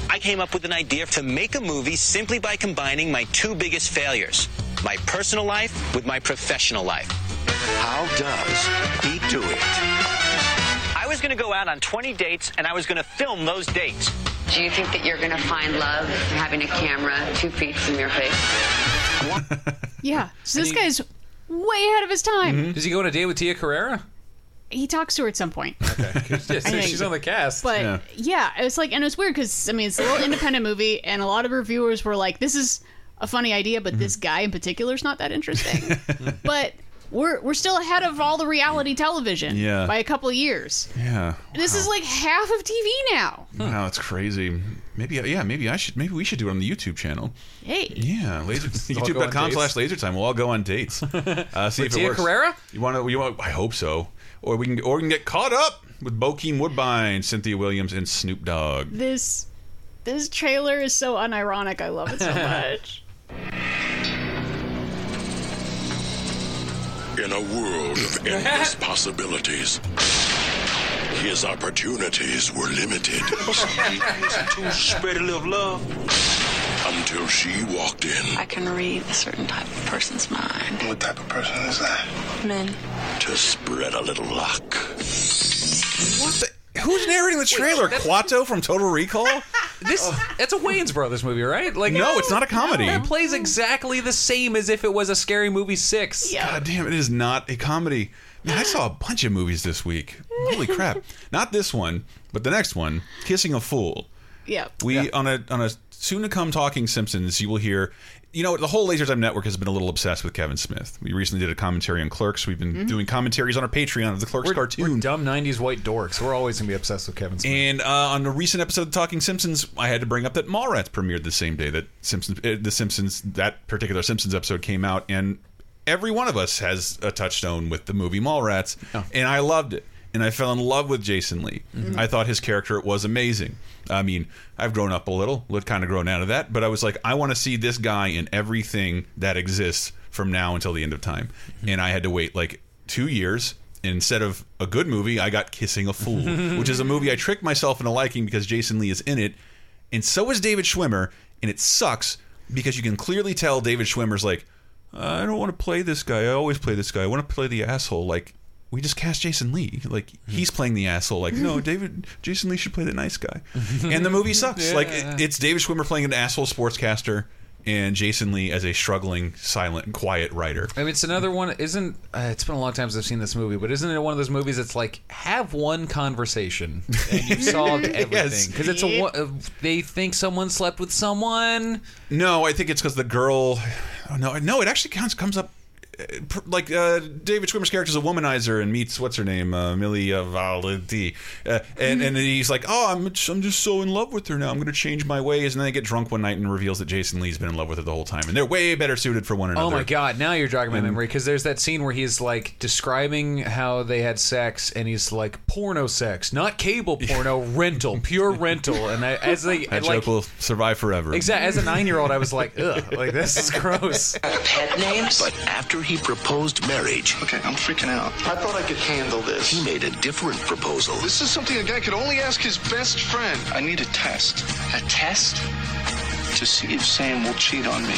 S13: I came up with an idea to make a movie simply by combining my two biggest failures my personal life with my professional life. How does he do it? I was going to go out on 20 dates and I was going to film those dates.
S14: Do you think that you're going to find love having a camera two feet from your face?
S4: Yeah. So this guy's way ahead of his time.
S3: Does he go on a date with Tia Carrera?
S4: He talks to her at
S1: [laughs]
S4: some point.
S3: Okay. yeah, so
S4: I
S3: [laughs]
S4: think-
S3: she's on the cast.
S4: But yeah. it was like, and it was weird because I mean, it's a little independent movie, and a lot of reviewers were like, "This is a funny idea, but
S1: Mm-hmm.
S4: this guy in particular is not
S1: [laughs]
S4: that interesting." but we're we're still ahead of all the reality television,
S1: Yeah.
S4: by a couple of years.
S1: Yeah.
S4: This is like half of TV
S1: [laughs]
S4: now.
S1: Wow, it's crazy. Maybe, uh, yeah, maybe I should, maybe we should do it on the YouTube channel.
S4: Hey,
S1: [laughs] Yeah, laser,
S3: all go on
S1: youtube.com slash
S3: dates.
S1: lasertime. We'll all go on [laughs] dates. Uh, see
S3: With
S1: if it
S3: Tia
S1: works.
S3: Carrera?
S1: You want to? You want? I hope so. Or we can, or we can get caught up with Bokeem Woodbine, Cynthia Williams, and Snoop Dogg.
S4: this this trailer is so unironic. I love
S1: [laughs]
S4: it so much.
S15: In a world of endless possibilities, his opportunities were limited
S13: Two spread a little love.
S15: until she walked in.
S16: I can read a certain type of person's mind.
S15: What type of person is that?
S16: Men.
S15: To spread a little luck.
S1: What the, who's narrating the trailer? Quato from Total [laughs] Recall?
S3: this that's a Wayne's Brothers movie, right? Like
S1: No, it's not a comedy.
S3: It plays exactly the same as if it was a scary movie six.
S1: God damn, it is not a comedy. Man, I saw a bunch of movies this week. Holy crap! Not this one, but the next one, "Kissing a Fool."
S4: Yeah.
S1: We on a on a soon to come talking Simpsons, you will hear. You know, the whole Lasertime Network has been a little obsessed with Kevin Smith. We recently did a commentary on Clerks. We've been
S3: Mhm.
S1: doing commentaries on our Patreon of the Clerks cartoon.
S3: dumb '90s white dorks. We're always gonna be obsessed with Kevin Smith.
S1: And uh, on a recent episode of Talking Simpsons, I had to bring up that Mallrats premiered the same day that Simpsons, uh, the Simpsons, that particular Simpsons episode came out, and every one of us has a touchstone with the movie Mallrats, and I loved it. And I fell in love with Jason Lee.
S12: Mhm.
S1: I thought his character was amazing. I mean, I've grown up a little, look kind of grown out of that, but I was like, I want to see this guy in everything that exists from now until the end of time. And I had to wait like two years. And instead of a good movie, I got Kissing a Fool, which is a movie I tricked myself into liking because Jason Lee is in it, and so is David Schwimmer, and it sucks because you can clearly tell David Schwimmer's like, I don't want to play this guy. I always play this guy. I want to play the asshole. Like we just cast Jason Lee. Like he's playing the asshole. Like no, David Jason Lee should play the nice guy. and the movie sucks. Like it, it's David Schwimmer playing an asshole sportscaster. And Jason Lee as a struggling, silent, quiet writer.
S3: I mean, it's another one. Isn't uh, it's been a long time since I've seen this movie, but isn't it one of those movies that's like have one conversation and [laughs] you've solved
S1: Yes.
S3: everything? Because it's a one- uh, they think someone slept with someone.
S1: No, I think it's because the girl. Oh, no, no, it actually counts, comes up. uh, pr- Like uh, David Schwimmer's character is a womanizer and meets what's her name, uh, Millie uh, Valenti, uh,
S3: Mm-hmm.
S1: and and he's like, oh, I'm I'm just so in love with her now. I'm going to change my ways. And then they get drunk one night and reveals that Jason Lee's been in love with her the whole time, and they're way better suited for one another.
S3: Oh my god! Now you're jogging my memory because there's that scene where he's like describing how they had sex, and he's like porno sex,
S1: [laughs]
S3: not cable porno, rental, pure rental. And I, as they
S1: That
S3: like,
S1: joke will survive forever.
S3: exactly as a nine year old, I was like, ugh, like this is
S1: [laughs]
S3: gross.
S13: Pet names? But after he proposed marriage. Okay, I'm freaking out. I thought I could handle this. He made a different proposal.
S17: This is something a guy could only ask his best friend. I need a test. A test?
S12: to see if Sam will cheat on me.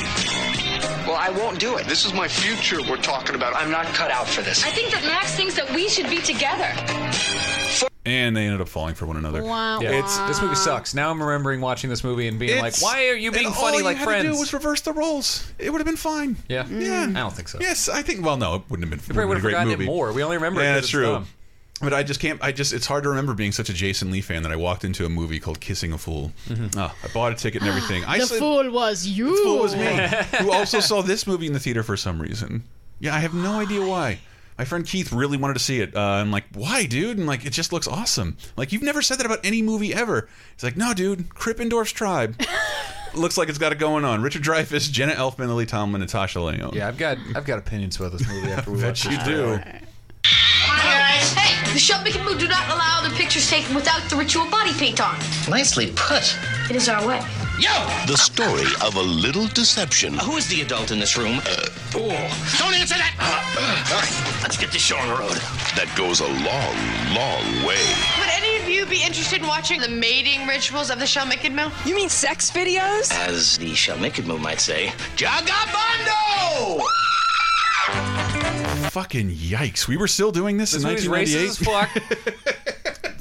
S13: Well, I won't do it. This is my future we're talking about. I'm not cut out for this.
S17: I think that Max thinks that we should be together.
S1: And they ended up falling for one another.
S4: Wah,
S3: Yeah. It's this movie sucks. Now I'm remembering watching this movie and being
S1: It's-
S3: like, "Why are you
S1: and
S3: being funny
S1: all
S3: like
S1: you had
S3: friends?"
S1: to do was reverse the roles. It would have been fine. Mm.
S3: yeah.
S1: Yeah.
S3: I don't think so.
S1: Yes, I think. Well, no, it wouldn't have been.
S3: probably
S1: wouldn't have been a
S3: would've
S1: great
S3: forgotten it
S1: movie.
S3: more. We only remember it
S1: Yeah,
S3: 'cause
S1: that's
S3: it's
S1: true.
S3: dumb.
S1: But I just can't. I just. It's hard to remember being such a Jason Lee fan that I walked into a movie called Kissing a Fool.
S3: Mm-hmm.
S1: Oh, I bought a ticket and everything. I
S4: the
S1: said,
S4: fool was you.
S1: The fool was me,
S3: [laughs]
S1: who also saw this movie in the theater for some reason. Yeah, I have no idea why. My friend Keith really wanted to see it. Uh, I'm like, why, dude? And like, it just looks awesome. Like, you've never said that about any movie ever. He's like, no, dude, Krippendorf's Tribe.
S3: [laughs]
S1: looks like it's got it going on. Richard Dreyfuss, Jenna Elfman, Lily Tomlin, Natasha Leone. Yeah,
S3: I've got I've got opinions about this
S1: [laughs]
S3: movie after we
S1: watch
S3: watch
S1: you
S3: this
S1: do.
S3: trailer.
S17: guys. Hey, the shop making move do not allow the pictures taken without the ritual body paint on.
S13: Nicely put.
S17: It is our way.
S13: Yo! The story of a little deception. who is the adult in this room? Uh, oh. Don't answer that! all right, let's get this show on the road.
S15: That goes a long, long way.
S18: Would any of you be interested in watching the mating rituals of the Shelmick Mill? You mean sex videos?
S13: As the Shalmikidmu might say, Jagabondo!
S1: Fucking yikes. We were still doing this,
S3: This
S1: in
S3: movie's
S1: 1998.
S3: racist as
S1: [laughs]
S3: fuck.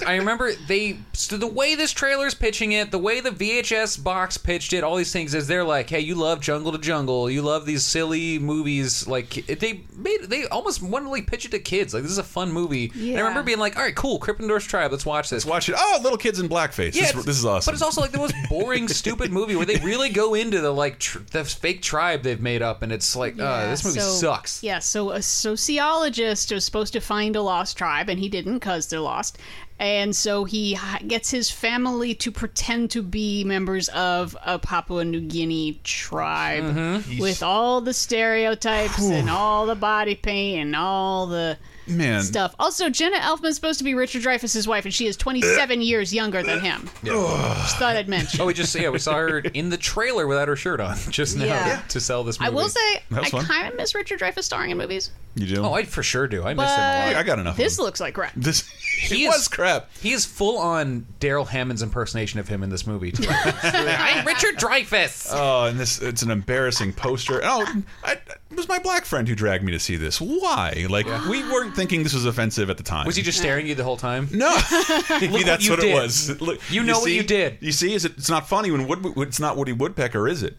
S3: I remember they so the way this trailer's pitching it, the way the VHS box pitched it, all these things is they're like, "Hey, you love Jungle to Jungle, you love these silly movies." Like they made they almost wanted to like pitch it to kids. Like this is a fun movie. And I
S1: Yeah.
S3: remember being like, "All right, cool, Krippendorf's Tribe, let's watch this."
S1: [laughs] watch
S3: Let's
S1: it. Oh, little kids in blackface. This-
S3: it's-
S1: this is awesome.
S3: But it's also like the most
S1: [laughs]
S3: boring, stupid movie where they really go into the like tr- the fake tribe they've made up, and it's like, uh, this movie
S4: so-
S3: sucks.
S4: Yeah, so a sociologist was supposed to find a lost tribe, and he didn't because they're lost. And so he h- gets his family to pretend to be members of a Papua New Guinea tribe
S3: Mm-hmm.
S1: Mhm. He's-
S4: with all the stereotypes and all the body paint and all the
S1: Man.
S4: stuff. Also, Jenna Elfman's supposed to be Richard Dreyfuss's wife, and she is 27 years younger than him. Just thought I'd mention.
S3: Uh, oh, we just yeah, we saw her in the trailer without her shirt on [laughs] just now
S4: Yeah. Yeah.
S3: to sell this
S4: I
S3: movie.
S4: will say,
S3: That was
S4: I
S3: fun.
S4: kind of miss Richard Dreyfuss starring in movies.
S1: You do?
S3: Oh, I for sure do. I miss him a
S4: But
S3: lot.
S4: This looks like crap.
S1: This [laughs]
S3: he
S4: was
S1: crap.
S3: He is full on Daryl Hammond's impersonation of him in this movie.
S4: [laughs]
S3: Too. I'm Richard Dreyfuss.
S1: Oh, and this it's an embarrassing poster. Oh, I, it was my black friend who dragged me to see this. Why? Like we weren't thinking this was offensive at the time.
S3: Was he just staring at you the whole time? [laughs]
S1: No,
S3: Look
S1: Maybe
S3: what
S1: that's
S3: you
S1: what,
S3: did.
S1: it was. Look,
S3: You know what
S1: see-
S3: you did.
S1: You see, is it, it's not funny when Wood, it's not Woody Woodpecker,
S3: [laughs]
S1: is it?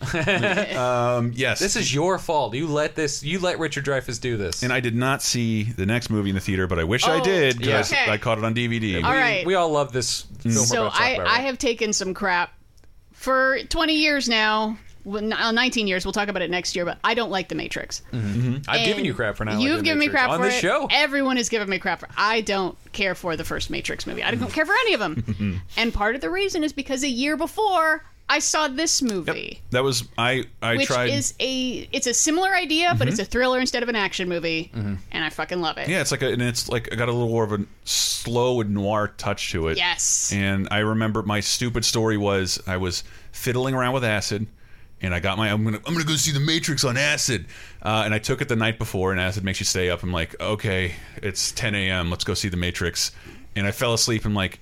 S1: um, yes.
S3: This is your fault. You let this. You let Richard Dreyfuss do this.
S1: And I did not see the next movie in the theater, but I wish I
S4: Oh,
S1: did. 'cause I s-
S4: okay.
S1: I caught it on DVD.
S4: All right.
S3: We all love this. Film we're
S4: so
S3: about to talk
S4: I,
S3: about,
S4: I
S3: right?
S4: have taken some crap for 20 years now. Well, n- uh, 19 years. We'll talk about it next year. But I don't like The Matrix.
S3: Mhm. I've given
S4: And
S3: you crap for now.
S4: You've given me crap
S3: on
S4: for
S3: this
S4: it.
S3: show.
S4: Everyone has given me crap for. I don't care for the first Matrix movie. I don't care for any of them.
S3: [laughs]
S4: and part of the reason is because a year before I saw this movie,
S1: That was I. I
S4: which
S1: tried.
S4: is a it's a similar idea, but
S3: Mm-hmm.
S4: it's
S1: Mhm.
S4: a thriller instead of an action movie,
S1: Mhm.
S4: and I fucking love it.
S1: Yeah, it's like a, and it's like I got a little more of a slow and noir touch to it.
S4: Yes.
S1: And I remember my stupid story was I was fiddling around with acid, and I got my I'm gonna I'm gonna go see The Matrix on acid, uh, and I took it the night before, and acid makes you stay up. I'm like, okay, it's 10 a.m. Let's go see The Matrix, and I fell asleep. I'm like,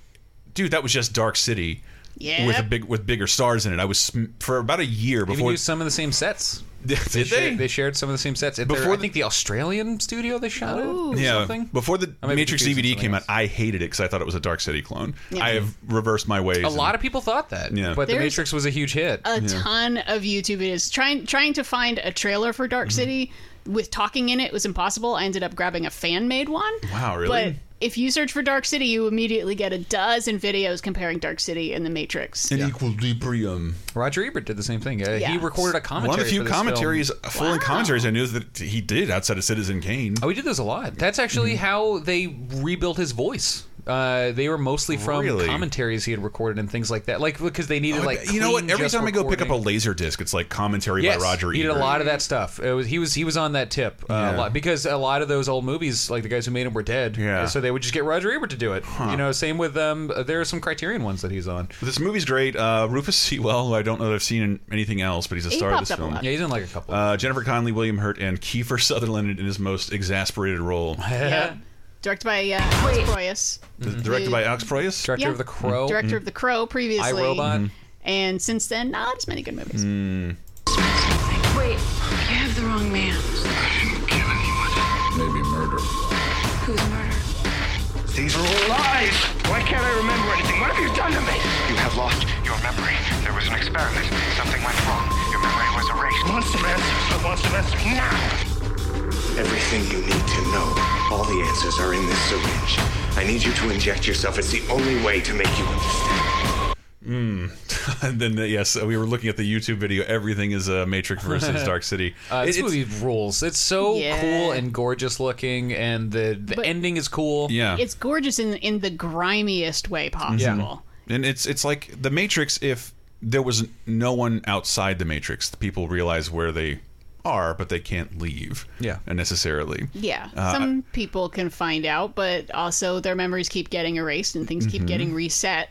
S1: dude, that was just Dark City. With a
S3: Yep.
S1: big with bigger stars in it, I was sm- for about a year
S3: Even
S1: before
S3: used some of the same sets.
S1: [laughs] Did
S3: they?
S1: they?
S3: Shared, they shared some of the same sets. If
S1: Before
S3: Before I think the Australian studio they shot it. or something.
S1: Before the
S3: I may be
S1: Matrix
S3: confusing
S1: DVD
S3: something
S1: came out, I hated it because I thought it was a Dark City clone.
S4: Yeah.
S1: I have reversed my ways.
S3: A lot of people thought that.
S1: Yeah.
S3: But
S4: There's
S3: The Matrix was a huge hit.
S4: a ton of YouTube videos. Trying trying to find a trailer for Dark City with talking in it was impossible. I ended up grabbing a fan made one.
S1: Wow,
S4: But
S1: really?
S4: if you search for Dark City, you immediately get a dozen videos comparing Dark City and The Matrix.
S1: An equilibrium.
S3: Roger Ebert did the same thing. Uh,
S4: Yeah.
S3: He recorded a commentary.
S1: One of the few
S3: for this
S1: commentaries,
S3: film.
S1: full in commentaries, I knew that he did outside of Citizen Kane.
S3: Oh, he did those a lot. That's actually
S1: Mm-hmm.
S3: how they rebuilt his voice. Uh, they were mostly from
S1: Really? Oh,
S3: commentaries he had recorded and things like that. Like because they needed like
S1: you know what?
S3: clean,
S1: Every
S3: just
S1: time I go pick up a
S3: recording.
S1: laser disc, it's like commentary
S3: Yes,
S1: by Roger.
S3: he did
S1: Ebert.
S3: a lot of that stuff. It was, he was he was on that tip uh,
S1: Yeah.
S3: a lot because a lot of those old movies, like the guys who made them, were dead.
S1: Yeah.
S3: so they would just get Roger Ebert to do it. You know, same with um, there are some Criterion ones that he's on.
S1: This movie's great. Uh, Rufus Sewell, who I don't know that I've seen in anything else, but he's a
S3: He
S1: star of
S3: pops
S1: this
S3: up a
S1: film.
S3: lot. Yeah, he's in like a couple.
S1: Uh, Jennifer Connelly, William Hurt, and Kiefer Sutherland in his most exasperated
S3: [laughs]
S1: role.
S4: Yeah. Directed by uh, Alex Proyas.
S1: Directed by Alex Proyas.
S3: Director
S4: Yeah. Director Mm-hmm. of The Crow previously.
S1: Mhm.
S4: And And since then, not as many good movies.
S1: Hmm.
S16: Wait, you have the wrong man.
S1: Maybe murder.
S16: Who's murder?
S12: These are all lies. Why can't I remember anything? What have you done to me?
S19: You have lost your memory. There was an experiment. Something went wrong. Your memory was erased.
S12: I want some answers. I want some answers now.
S19: Everything you need to know, all the answers are in this syringe. I need you to inject yourself. It's the only way to make you
S1: Mm. [laughs] and then yes, we were looking at the YouTube video. Everything is uh, Matrix
S3: [laughs]
S1: versus Dark City.
S3: Uh, this
S1: It- it's-
S3: movie rules. It's so
S4: Yeah.
S3: cool and gorgeous looking, and the, the
S4: But-
S3: ending is cool.
S4: It's gorgeous in in the grimiest way possible.
S1: Yeah. And it's it's like the Matrix. If there was no one outside the Matrix, the people realize where they are, but they can't leave. Yeah, necessarily.
S4: Yeah,
S1: Uh,
S4: some people can find out, but also their memories keep getting erased and things keep
S3: Mhm.
S4: getting reset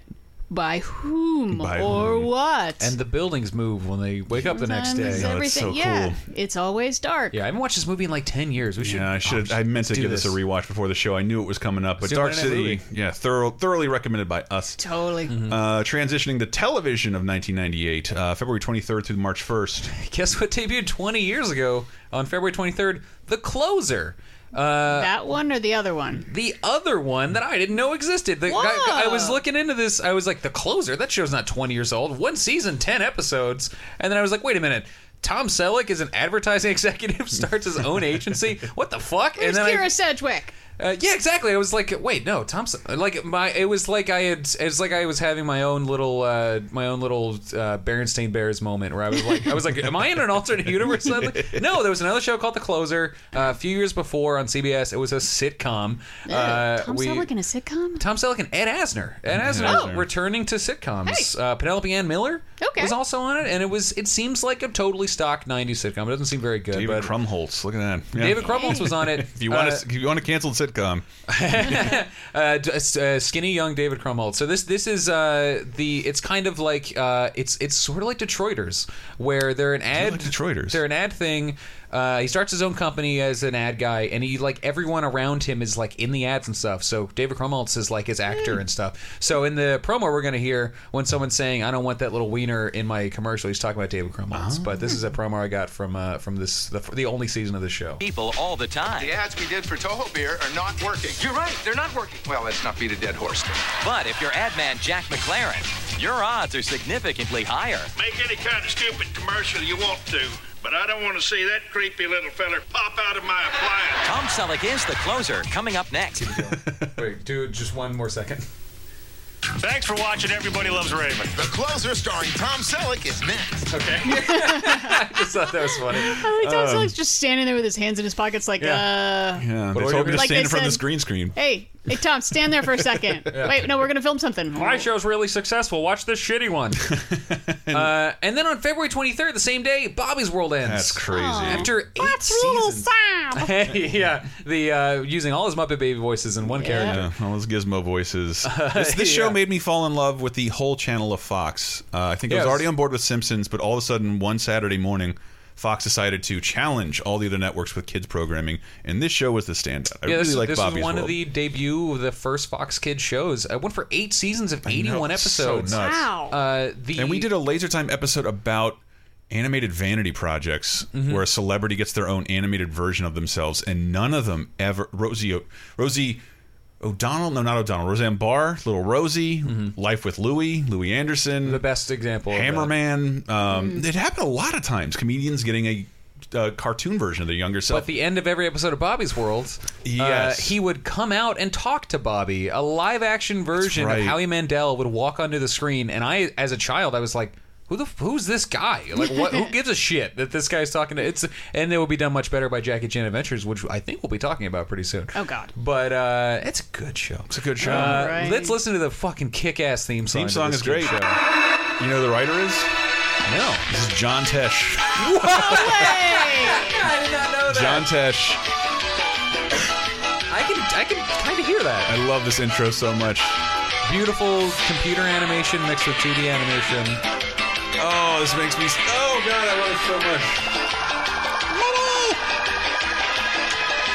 S4: by whom
S3: By
S4: or
S3: whom.
S4: what.
S3: And the buildings move when they wake up the next
S4: Sometimes
S3: day. Oh,
S4: it's everything. yeah, it's always dark.
S3: Yeah, I haven't watched this movie in like ten years. We should.
S1: Yeah, I should. I meant to
S3: do
S1: give this.
S3: this.
S1: a rewatch before the show. I knew it was coming up, but
S3: Let's do
S1: Dark
S3: Monday Night
S1: City,
S3: Movie.
S1: yeah, thorough, thoroughly recommended by us.
S4: Totally.
S3: Mm-hmm.
S1: Uh, transitioning to television of 1998, uh, February 23rd through March 1st.
S3: Guess what debuted twenty years ago on February twenty third? The Closer. Uh,
S4: that one or the other one?
S3: The other one that I didn't know existed. The, I, I was looking into this. I was like, the closer. That show's not 20 years old. One season, 10 episodes. And then I was like, wait a minute. Tom Selleck is an advertising [laughs] executive, starts his own agency. What the fuck?
S4: Where's
S3: and then
S4: Kira
S3: I-
S4: Sedgwick?
S3: uh, yeah, exactly. I was like, wait, no, Thompson. Uh, Like my, it was like I had, it was like I was having my own little, uh, my own little uh, Berenstain Bears moment where I was like, I was like, am I in an alternate universe? Suddenly?
S1: [laughs]
S3: No, there was another show called The Closer uh, a few years before on CBS. It was a sitcom. Uh,
S4: [laughs] Tom
S3: we-
S4: Selleck in a sitcom?
S3: Tom Selleck and Ed Asner. Ed
S4: Ed
S3: Asner Oh.
S4: Asner.
S3: returning to sitcoms. Uh, Penelope Ann Miller was also on it, and it was. It seems like a totally stock '90s sitcom. It doesn't seem very good.
S1: David
S3: but
S1: Krumholtz, look at that. Yeah.
S3: David Krumholtz was on
S1: [laughs]
S3: it.
S1: if you want
S3: Uh,
S1: to, if you want a canceled sitcom,
S3: uh, d- uh, skinny young David Crumholtz. So this this is uh, the it's kind of like uh, it's it's sort of like Detroiters, where they're an ad
S1: Detroiters.
S3: They're an ad thing. Uh, he starts his own company as an ad guy, and he like everyone around him is like in the ads and stuff. So David Crumholtz is like his actor and stuff. So in the promo, we're gonna hear when someone's saying, "I don't want that little wiener in my commercial." He's talking about David Crumholtz, but this is a promo I got from uh, from this the, the only season of the show.
S20: People all the time.
S12: The ads we did for Toho Beer are not working. You're right, they're not working. Well, let's not beat a dead horse.
S20: But if you're ad man Jack McLaren, your odds are significantly higher.
S21: Make any kind of stupid commercial you want to, but I don't want to see that creepy little feller pop out of my appliance.
S20: Tom Selleck is the closer coming up next.
S3: Wait, do just one
S1: [laughs]
S3: more second.
S21: Thanks for watching Everybody Loves Raymond. The Closer starring Tom Selleck is next. Okay.
S3: I just thought that was funny.
S4: I think Tom
S3: Um,
S4: Selleck's just standing there with his hands in his pockets, like, uh.
S1: yeah,
S3: But
S1: they told
S3: what
S1: me
S3: do you
S1: to
S4: mean?
S1: stand in
S4: Like
S1: front
S4: I
S1: of this
S4: said-
S1: green screen.
S4: Hey, hey, Tom, stand there for a second.
S3: [laughs] Yeah.
S4: Wait, no, we're gonna film something.
S3: My show's really successful. Watch this
S1: [laughs]
S3: shitty one. uh, and then on February 23rd, the same day, Bobby's World ends. That's
S1: crazy.
S3: After eight seasons. [laughs] yeah, the uh, using all his Muppet Baby voices in one [laughs] character.
S1: Yeah, all those gizmo
S3: [laughs]
S1: voices. This, this show
S3: Yeah.
S1: made me fall in love with the whole channel of Fox. Uh, I think I
S3: Yes.
S1: was already on board with Simpsons, but all of a sudden, one Saturday morning, Fox decided to challenge all the other networks with kids programming, and this show was the standout. I
S3: yeah,
S1: really
S3: this,
S1: like
S3: this
S1: Bobby's
S3: was one
S1: World.
S3: of the debut of the first Fox Kids shows. It went for eight seasons of 81 episodes.
S1: So nuts.
S3: Uh, the
S1: and we did a laser time episode about animated vanity projects where a celebrity gets their own animated version of themselves and none of them ever rosie O- rosie o'donnell no not o'donnell roseanne barr little rosie life with louie louie anderson Mm-hmm. the
S3: best example of that.
S1: hammerman um, it happened a lot of times comedians getting a uh, cartoon version of their younger self
S3: But the end of every episode of Bobby's World,
S1: Yes.
S3: uh, he would come out and talk to Bobby, a live action version
S1: right.
S3: of Howie Mandel would walk onto the screen, and I, as a child, I was like. Who the f- who's this guy? Like what?
S1: [laughs]
S3: Who gives a shit that this guy's talking to? It's and it will be done much better by Jackie Chan Adventures, which I think we'll be talking about pretty soon.
S4: Oh God.
S3: But uh, it's a good show. It's
S1: a good show.
S3: Uh,
S1: Alright.
S3: Let's listen to the fucking kick-ass theme song.
S1: theme
S3: to
S1: song
S3: this
S1: is great
S3: kid's show.
S1: you know who the writer is
S3: no
S1: this is john tesh
S3: [laughs] I did not know that.
S1: john tesh
S3: I can I can kind of hear that.
S1: i love this intro so much
S3: Beautiful computer animation mixed with 2D animation.
S1: Oh, this makes me. Oh God, I love it so much.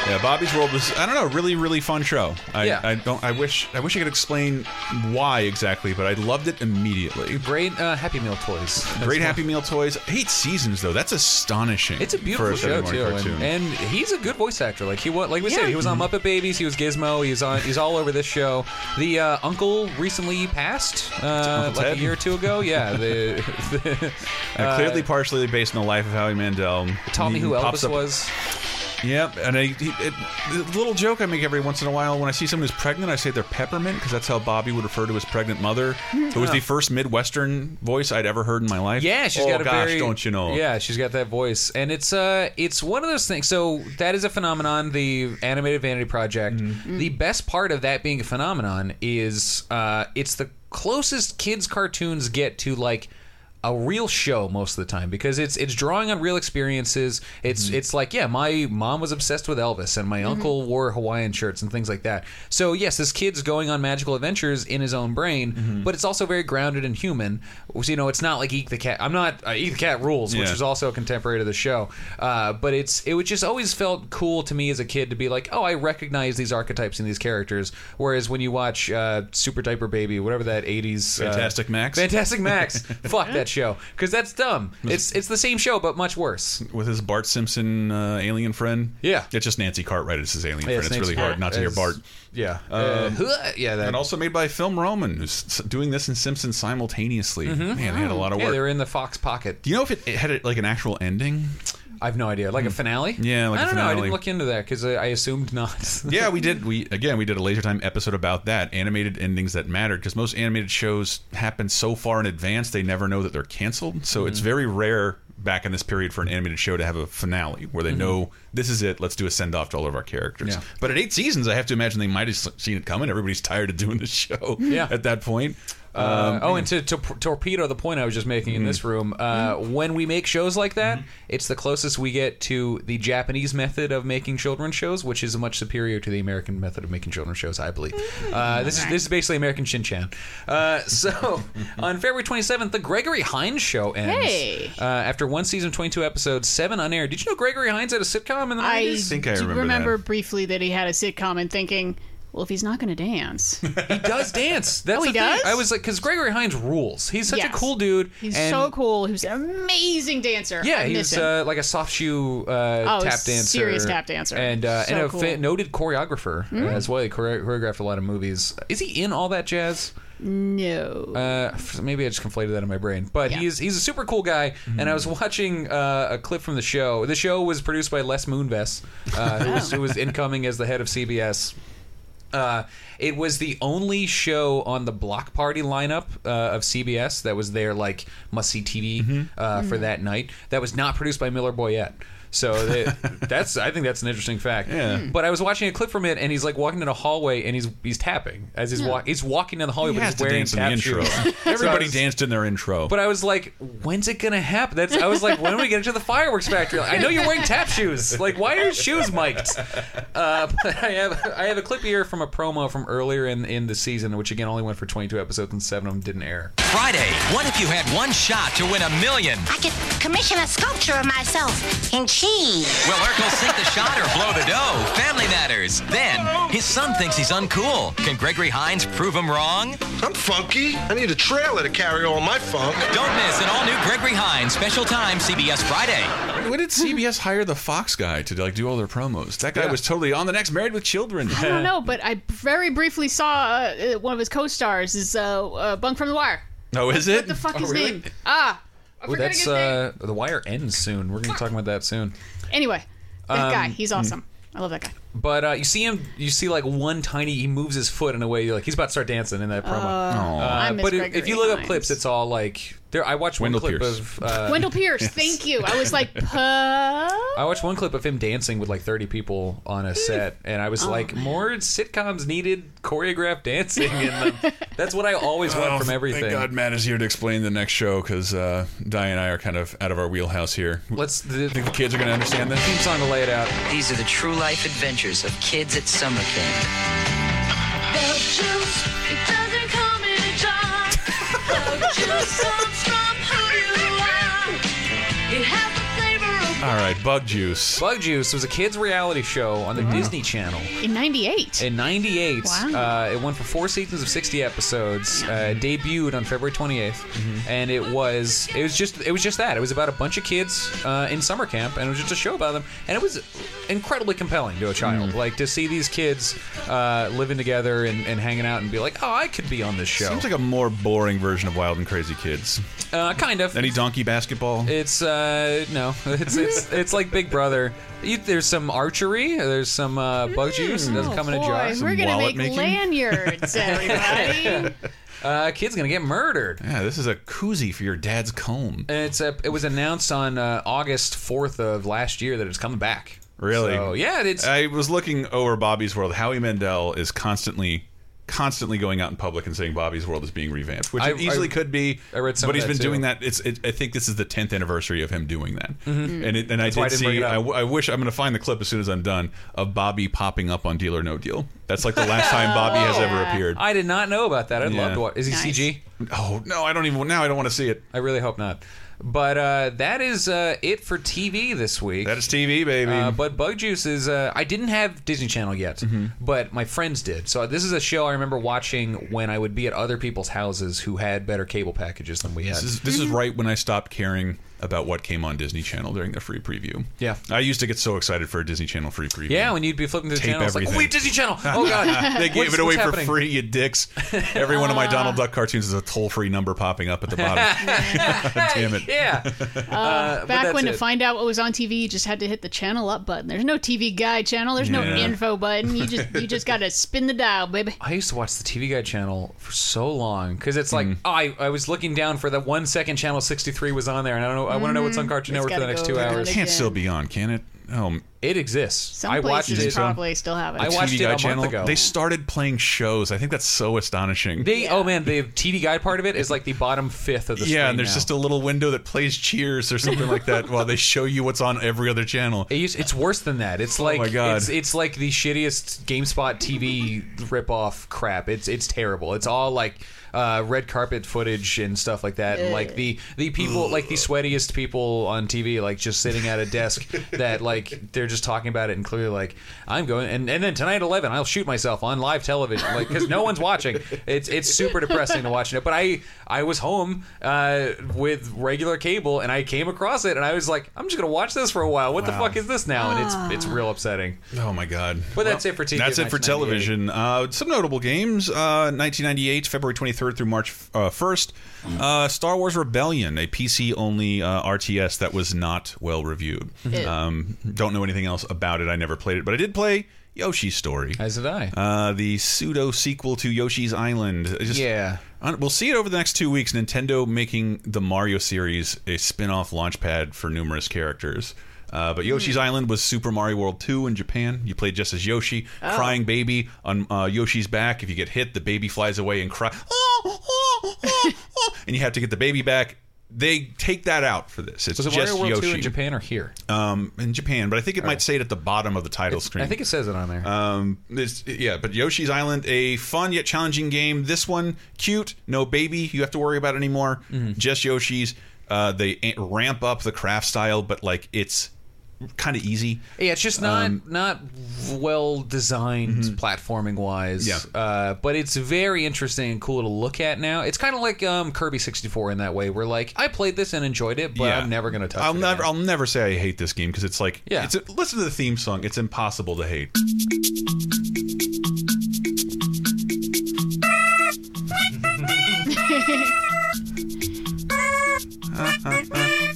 S1: Yeah, Bobby's World was I don't know, really really fun show. I,
S3: Yeah.
S1: I don't I wish I wish I could explain why exactly, but I loved it immediately.
S3: Great uh, Happy Meal toys.
S1: Great Happy Meal toys. Eight seasons though. That's astonishing.
S3: It's a beautiful
S1: for
S3: show
S1: Saturday
S3: too,
S1: morning cartoon.
S3: and, and he's a good voice actor. Like he was, like we
S1: Yeah. Mm-hmm.
S3: said, he was on Muppet Babies, he was Gizmo, he's on, he's all over this show. The uh, uncle recently passed, uh,
S1: Uncle
S3: like
S1: Ted.
S3: a year or two ago. Yeah, the, [laughs] the
S1: Uh, clearly, partially based on the life of Howie Mandel.
S3: Taught me
S1: He
S3: who
S1: pops
S3: Elvis was.
S1: Yep, and I, he, it, the little joke I make every once in a while when I see someone who's pregnant, I say they're peppermint because that's how Bobby would refer to his pregnant mother, who was
S3: Yeah.
S1: the first Midwestern voice I'd ever heard in my life.
S3: Yeah, she's
S1: oh,
S3: got a
S1: gosh,
S3: very-
S1: don't you know?
S3: Yeah, she's got that voice, and it's uh, it's one of those things. So that is a phenomenon. The animated Vanity Project. The best part of that being a phenomenon is uh, it's the closest kids cartoons get to like a real show most of the time because it's it's drawing on real experiences. It's it's like yeah, my mom was obsessed with Elvis and my uncle wore Hawaiian shirts and things like that. So yes, this kid's going on magical adventures in his own brain, but it's also very grounded and human. So, you know, it's not like Eat the Cat. I'm not uh, Eat the Cat rules, which
S1: Yeah.
S3: is also a contemporary to the show. Uh, but it's it was just always felt cool to me as a kid to be like, oh, I recognize these archetypes in these characters. Whereas when you watch uh, Super Diaper Baby, whatever that '80s uh,
S1: Fantastic Max? [laughs]
S3: Fantastic Max, fuck that show because that's dumb. It's it's the same show but much worse.
S1: With his Bart Simpson uh, alien friend.
S3: Yeah.
S1: It's just Nancy Cartwright as his alien
S3: Yeah,
S1: friend.
S3: it's
S1: It's,
S3: Nancy
S1: really hard not to hear
S3: Cartwright
S1: Bart.
S3: as- yeah.
S1: Um,
S3: Uh, yeah, that-
S1: and also made by Film Roman, who's s- doing this and Simpsons simultaneously. Man, they had a lot of
S3: Mm-hmm. Yeah,
S1: work.
S3: they were in the Fox pocket.
S1: Do you know if it, it had like an actual ending?
S3: I have no idea. Like a finale?
S1: Hmm. Yeah, like
S3: I
S1: a
S3: don't know. I
S1: finale.
S3: didn't look into that because I, I assumed not. [laughs]
S1: yeah, we did. We again, we did a laser time episode about that animated endings that mattered because most animated shows happen so far in advance they never know that they're canceled. So
S3: Mm-hmm.
S1: it's very rare back in this period for an animated show to have a finale where they
S3: Mhm.
S1: know this is it. Let's do a send off to all of our characters.
S3: Yeah.
S1: But at eight seasons, I have to imagine they might have seen it coming. Everybody's tired of doing this show.
S3: Yeah.
S1: at that point.
S3: Uh,
S1: Um,
S3: oh, and to, to torpedo the point I was just making in this room, uh, when we make shows like that, it's the closest we get to the Japanese method of making children's shows, which is much superior to the American method of making children's shows, I believe.
S4: Mm-hmm.
S3: Uh, this is this is basically American Shin Chan. [laughs] Uh, so on February 27th, the Gregory Hines show ends.
S4: Hey.
S3: Uh, after one season, 22 episodes, seven on air. Did you know Gregory Hines had a sitcom in the 90s?
S4: I, do briefly that he had a sitcom and thinking, well, if he's not going to
S3: [laughs]
S4: dance,
S3: he does dance. That's
S4: [laughs] Oh, he
S3: the thing.
S4: does?
S3: I was like, because Gregory Hines rules. He's such
S4: Yes.
S3: a cool dude.
S4: he's
S3: and-
S4: so cool. He was an amazing dancer.
S3: Yeah,
S4: I
S3: he
S4: miss
S3: was
S4: him.
S3: uh, like a soft shoe uh,
S4: Oh,
S3: tap dancer,
S4: serious tap dancer.
S3: and uh,
S4: So
S3: and a
S4: cool.
S3: fa- noted choreographer
S4: Mm.
S3: uh, as well. He chore- choreographed a lot of movies. Is he in all that jazz?
S4: No.
S3: Uh, f- maybe I just conflated that in my brain, but
S4: Yeah.
S3: he's he's a super cool guy. And I was watching uh, a clip from the show. The show was produced by Les Moonves, uh, who, was, who
S1: [laughs]
S3: was incoming as the head of CBS. Uh, it was the only show on the block party lineup uh, of CBS that was their like must see TV uh, for
S1: Mhm.
S3: that night. That was not produced by Miller Boyette. So that, that's I think that's an interesting fact.
S1: Yeah. Hmm.
S3: But I was watching a clip from it, and he's like walking in a hallway, and he's he's tapping as he's
S1: Yeah.
S3: walk he's walking down the hallway,
S1: He
S3: Oh, but
S1: has
S3: he's
S1: to
S3: wearing
S1: dance in the
S3: tap
S1: intro.
S3: [laughs] shoes.
S1: [laughs] Everybody
S3: So I was-
S1: danced in their intro.
S3: But I was like, when's it gonna happen? That's I was like, when are we getting to the fireworks factory? Like, I know you're wearing tap shoes. Like, why are your
S1: [laughs]
S3: shoes mic'd? Uh, but I have I have a clip here from a promo from earlier in in the season, which again only went for 22 episodes and seven of them didn't air.
S2: Friday, what if you had one shot to win a million?
S22: I could commission a sculpture of myself in cheese.
S2: Will Urkel sink the shot or blow the dough? Family matters. Then, his son thinks he's uncool. Can Gregory Hines prove him wrong? I'm funky. I need a trailer to carry all my funk. Don't miss an all-new Gregory Hines special time CBS Friday.
S1: When did CBS hire the Fox guy to like do all their promos? That guy was totally on the next Married with
S3: [laughs]
S1: Children.
S4: I don't know, but I very briefly saw uh, uh, one of his co-stars is uh, uh, Bunk from the Wire.
S1: No, Oh, is it?
S4: What the fuck his name? Ah, I'm
S3: Ooh, Oh,
S4: forgetting
S3: that's
S4: his name.
S3: uh, the wire ends soon. We're gonna be talking about that soon.
S4: Anyway, that
S3: uh, um,
S4: guy, he's awesome. I love that guy.
S3: But uh, you see him, you see like one tiny. He moves his foot in a way you're like he's about to start dancing in that promo.
S4: Oh.
S3: Uh,
S4: I miss
S3: but if,
S4: Gregory
S3: if you look up
S4: Hines.
S3: clips, it's all like there. I watched
S1: Wendell
S3: one clip
S1: Pierce.
S3: of uh, Oh.
S4: Wendell
S3: [laughs]
S4: Pierce, thank you. I was like, puh.
S3: I watched one clip of him dancing with like 30 people on a set, and I was
S4: Oh,
S3: like, more sitcoms needed choreographed dancing in them. That's what I always want
S1: Oh,
S3: from everything.
S1: Thank God Matt is here to explain the next show because uh, Di and I are kind of out of our wheelhouse here.
S3: Let's. I
S1: think the kids are going to understand this. Theme
S3: song to lay it out.
S23: These are the true life adventures of kids at summer camp.
S9: Love juice, it doesn't come in a jar. Love juice comes from who you are. It has the flavor of
S1: All right, right, Bug Juice.
S3: Bug Juice was a kids' reality show on the Disney Channel.
S4: In 98.
S3: In 98,
S4: Wow.
S3: uh, it went for four seasons of 60 episodes, uh, debuted on February 28th,
S1: Mm-hmm.
S3: and it was it was just it was just that. It was about a bunch of kids uh, in summer camp and it was just a show about them and it was incredibly compelling to a child.
S1: Mm-hmm.
S3: Like to see these kids uh, living together and, and hanging out and be like, "Oh, I could be on this show."
S1: Seems like a more boring version of Wild and Crazy Kids.
S3: Uh, kind of.
S1: Any donkey basketball?
S3: It's uh no, [laughs] it's it's it's like Big Brother. You, there's some archery. There's some uh, bug juice. It doesn't come in a jar.
S4: Hmm. Mm. Oh, Boy, we're gonna
S3: [laughs]
S4: make lanyards, everybody.
S3: uh, kid's gonna get murdered.
S1: Yeah, this is a koozie for your dad's comb.
S3: And it's uh it was announced on uh, August 4th of last year that it's coming back.
S1: Really? Uh,
S3: So, yeah, it's
S1: I was looking over Bobby's World. Howie Mandel is constantly, constantly going out in public and saying Bobby's World is being revamped, which
S3: I-
S1: it easily
S3: I-
S1: could be.
S3: I read some
S1: but
S3: of
S1: he's
S3: that
S1: been
S3: too.
S1: doing that. It's. It, I think this is the tenth anniversary of him doing that.
S3: Mhm.
S1: And it, and
S3: That's
S1: I
S3: why I
S1: did
S3: didn't bring
S1: see.
S3: it up.
S1: I, w- I wish I'm going to find the clip as soon as I'm done of Bobby popping up on Deal or No Deal. That's like the last time Bobby has ever appeared.
S3: I did not know about that. I'd love
S1: Yeah.
S3: to watch. Is he CG?
S1: Oh no, I don't even. Now I don't want to see it.
S3: I really hope not. But uh, that is uh, it for TV this week. That
S1: is TV, baby.
S3: Uh, but Bug Juice is. Uh, I didn't have Disney Channel yet,
S1: Mm-hmm.
S3: but my friends did. So this is a show I remember watching when I would be at other people's houses who had better cable packages than we had.
S1: This is this is right when I stopped caring about what came on Disney Channel during their free preview.
S3: Yeah.
S1: I used to get so excited for a Disney Channel free preview.
S3: Yeah, when you'd be flipping through the
S1: Tape
S3: channels, like,
S1: everything.
S3: oh, wait, Disney Channel! Oh,
S1: [laughs]
S3: God.
S1: they gave
S3: What's-
S1: it away
S3: what's
S1: for
S3: happening?
S1: free, you dicks. Every one of my Donald Duck cartoons is a toll free number popping up at the
S3: [laughs]
S1: bottom. Damn it.
S3: Yeah.
S1: Uh,
S4: Back when to find out what was on TV, you just had to hit the channel up button. There's no TV guide channel. There's no
S3: Yeah.
S4: info button. You just you just gotta spin the dial, baby.
S3: I used to watch the TV Guide channel for so long because it's
S1: Mm-hmm.
S3: like oh, I, I was looking down for that one second channel 63 was on there and I don't know I want to know what's on
S4: Mhm.
S3: Cartoon
S4: It's
S3: Network for the
S4: gotta
S3: next
S4: go
S3: two
S4: around
S3: hours.
S1: It can't still be on, can it? Um,
S3: it exists.
S4: Some
S3: I watched
S4: places
S3: it.
S4: probably still have it.
S3: I watched
S1: TV
S3: it a
S1: Guide
S3: month
S1: channel.
S3: ago.
S1: They started playing shows. I think that's so astonishing.
S3: They oh man the TV Guide part of it is like the bottom fifth of the
S1: yeah,
S3: screen
S1: and there's
S3: now.
S1: just a little window that plays Cheers or something like that while they show you what's on every other channel.
S3: It used, it's worse than that. It's like
S1: Oh my God.
S3: It's, it's like the shittiest GameSpot TV ripoff crap. It's it's terrible. It's all like uh, red carpet footage and stuff like that. And like the the people like the sweatiest people on TV like just sitting at a desk that like they're just talking about it and clearly like I'm going and, and then tonight at eleven I'll shoot myself on live television like because no one's watching. It's it's super depressing to watch it. But I I was home uh, with regular cable and I came across it and I was like I'm just gonna watch this for a while. What the
S1: Wow.
S3: fuck is this now? And it's it's real upsetting.
S1: Oh my god.
S3: But that's it for TV.
S1: That's it for
S3: 1998.
S1: television. Uh, some notable games: uh, 1998, February 23rd through March uh, 1st. Uh, Star Wars Rebellion, a PC-only uh, RTS that was not well reviewed.
S3: Mhm.
S1: Um, don't know anything else about it. I never played it, but I did play Yoshi's Story.
S3: As did I.
S1: Uh, the pseudo sequel to Yoshi's Island. It Just,
S3: Yeah.
S1: un- We'll see it over the next two weeks. Nintendo making the Mario series a spin off launchpad for numerous characters. Uh, but
S3: Hmm.
S1: Yoshi's Island was Super Mario World 2 in Japan. You played just as Yoshi,
S6: Oh.
S1: crying baby on uh, Yoshi's back. If you get hit, the baby flies away and cry, "Ah,
S3: [laughs]
S1: and you have to get the baby back. They take that out for this. It's
S3: Was it
S1: just
S3: Mario World
S1: Yoshi.
S3: Two in Japan or here?
S1: Um, in Japan, but I think it might say it at the bottom of the title screen.
S3: I think it says it on there.
S1: Um, it's, yeah, but Yoshi's Island, a fun yet challenging game. This one, cute, no baby you have to worry about anymore.
S3: Mm-hmm.
S1: Just Yoshi's. Uh, they a- ramp up the craft style, but like it's kind of easy.
S3: Yeah, it's just not
S1: Um, mm-hmm.
S3: not well designed platforming wise.
S1: Yeah.
S3: Uh, but it's very interesting and cool to look at now. It's kind of like um, Kirby 64 in that way. Where like I played this and enjoyed it, but
S1: Yeah.
S3: I'm never gonna touch
S1: I'll
S3: it.
S1: never, I'll never say I hate this game because it's like, yeah, it's listen to the theme song. It's impossible to hate.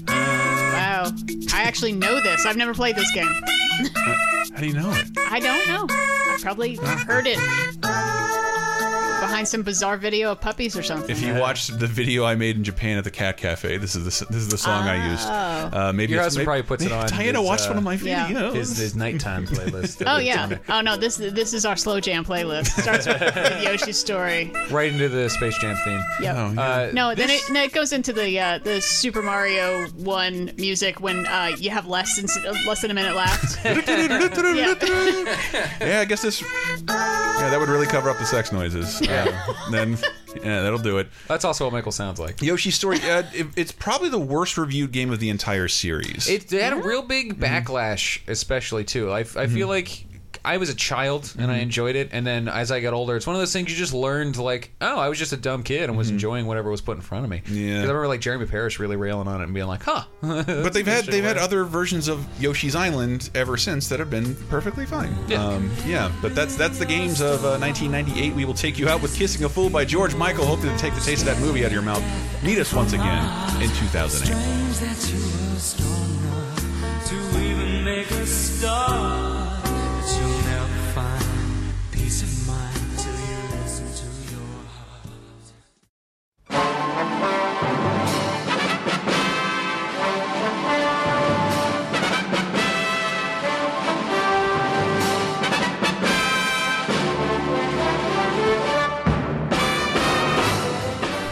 S4: wow, I actually know this. I've never played this game.
S1: How do you know it?
S4: I don't know. I probably heard it behind some bizarre video of puppies or something.
S1: If you watched the video I made in Japan at the Cat Cafe, this is the s- this is the song I used.
S4: Oh.
S1: Uh, maybe
S3: Ah. Your
S1: it's-
S3: husband
S1: maybe-
S3: probably puts it
S1: maybe
S3: on.
S1: Diana
S3: his,
S1: watched
S3: uh,
S1: one of my
S4: Yeah.
S1: videos. [laughs]
S3: His, his nighttime playlist.
S4: Oh yeah. Oh no. This this is our slow jam playlist. Starts with,
S3: [laughs]
S4: with Yoshi's story.
S3: Right into the Space Jam theme.
S4: Yep.
S3: Uh,
S4: No, then it, no, it goes into the uh, the Super Mario One music when uh, you have less than less than a minute left. Yeah.
S1: Yeah, I guess this. Yeah, that would really cover up the sex noises. Uh, then Yeah, that'll do it.
S3: That's also what Michael sounds like.
S1: Yoshi's Story. Uh, it- it's probably the worst reviewed game of the entire series.
S3: It they had a real
S1: Mm-hmm.
S3: big backlash, especially too. I, I feel like I was a child and I
S1: Mhm.
S3: enjoyed it, and then as I got older, it's one of those things you just learned. Like, oh, I was just a dumb kid and
S1: Mm-hmm.
S3: was enjoying whatever was put in front of me. Yeah, I remember like Jeremy Parrish really railing on it and being like, huh. [laughs]
S1: but they've had they've had other versions of Yoshi's Island ever since that have been perfectly fine. Yeah, um, yeah. But that's that's the games of uh, 1998. We will take you out with "Kissing a Fool" by George Michael. Hopefully, to take the taste of that movie out of your mouth. Meet us once again in 2008.
S6: Strange that you were strong enough to even make a start. But you'll never find peace of mind till you listen to your heart.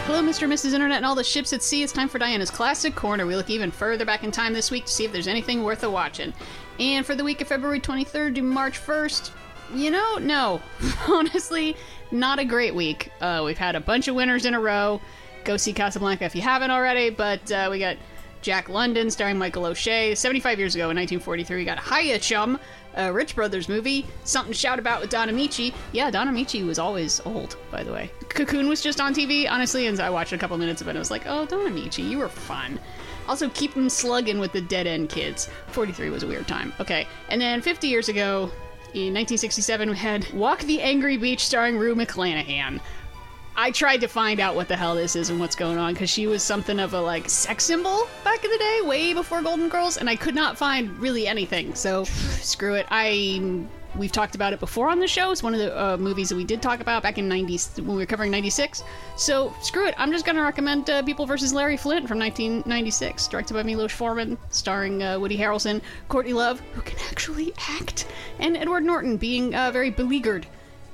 S4: Hello, Mr. and Mrs. Internet, and all the ships at sea. It's time for Diana's Classic Corner. We look even further back in time this week to see if there's anything worth a watching. And for the week of February 23rd to March 1st, you know, no. [laughs] Honestly, not a great week. Uh, we've had a bunch of winners in a row. Go see Casablanca if you haven't already, but uh, we got Jack London starring Michael O'Shea. 75 years ago in 1943, we got Hiya Chum, a Rich Brothers movie. Something to shout about with Don Amici. Yeah, Don Amici was always old, by the way. Cocoon was just on TV, honestly, and I watched a couple minutes of it and I was like, oh, Don Amici, you were fun. Also, keep them slugging with the Dead End Kids. 43 was a weird time. Okay, and then 50 years ago, in 1967, we had Walk the Angry Beach starring Rue McClanahan. I tried to find out what the hell this is and what's going on because she was something of a like sex symbol back in the day, way before Golden Girls, and I could not find really anything. So screw it. I we've talked about it before on the show. It's one of the uh, movies that we did talk about back in '90s when we were covering '96. So screw it. I'm just gonna recommend uh, People vs. Larry Flint from 1996, directed by Milos Forman, starring uh, Woody Harrelson, Courtney Love, who can actually act, and Edward Norton being uh, very beleaguered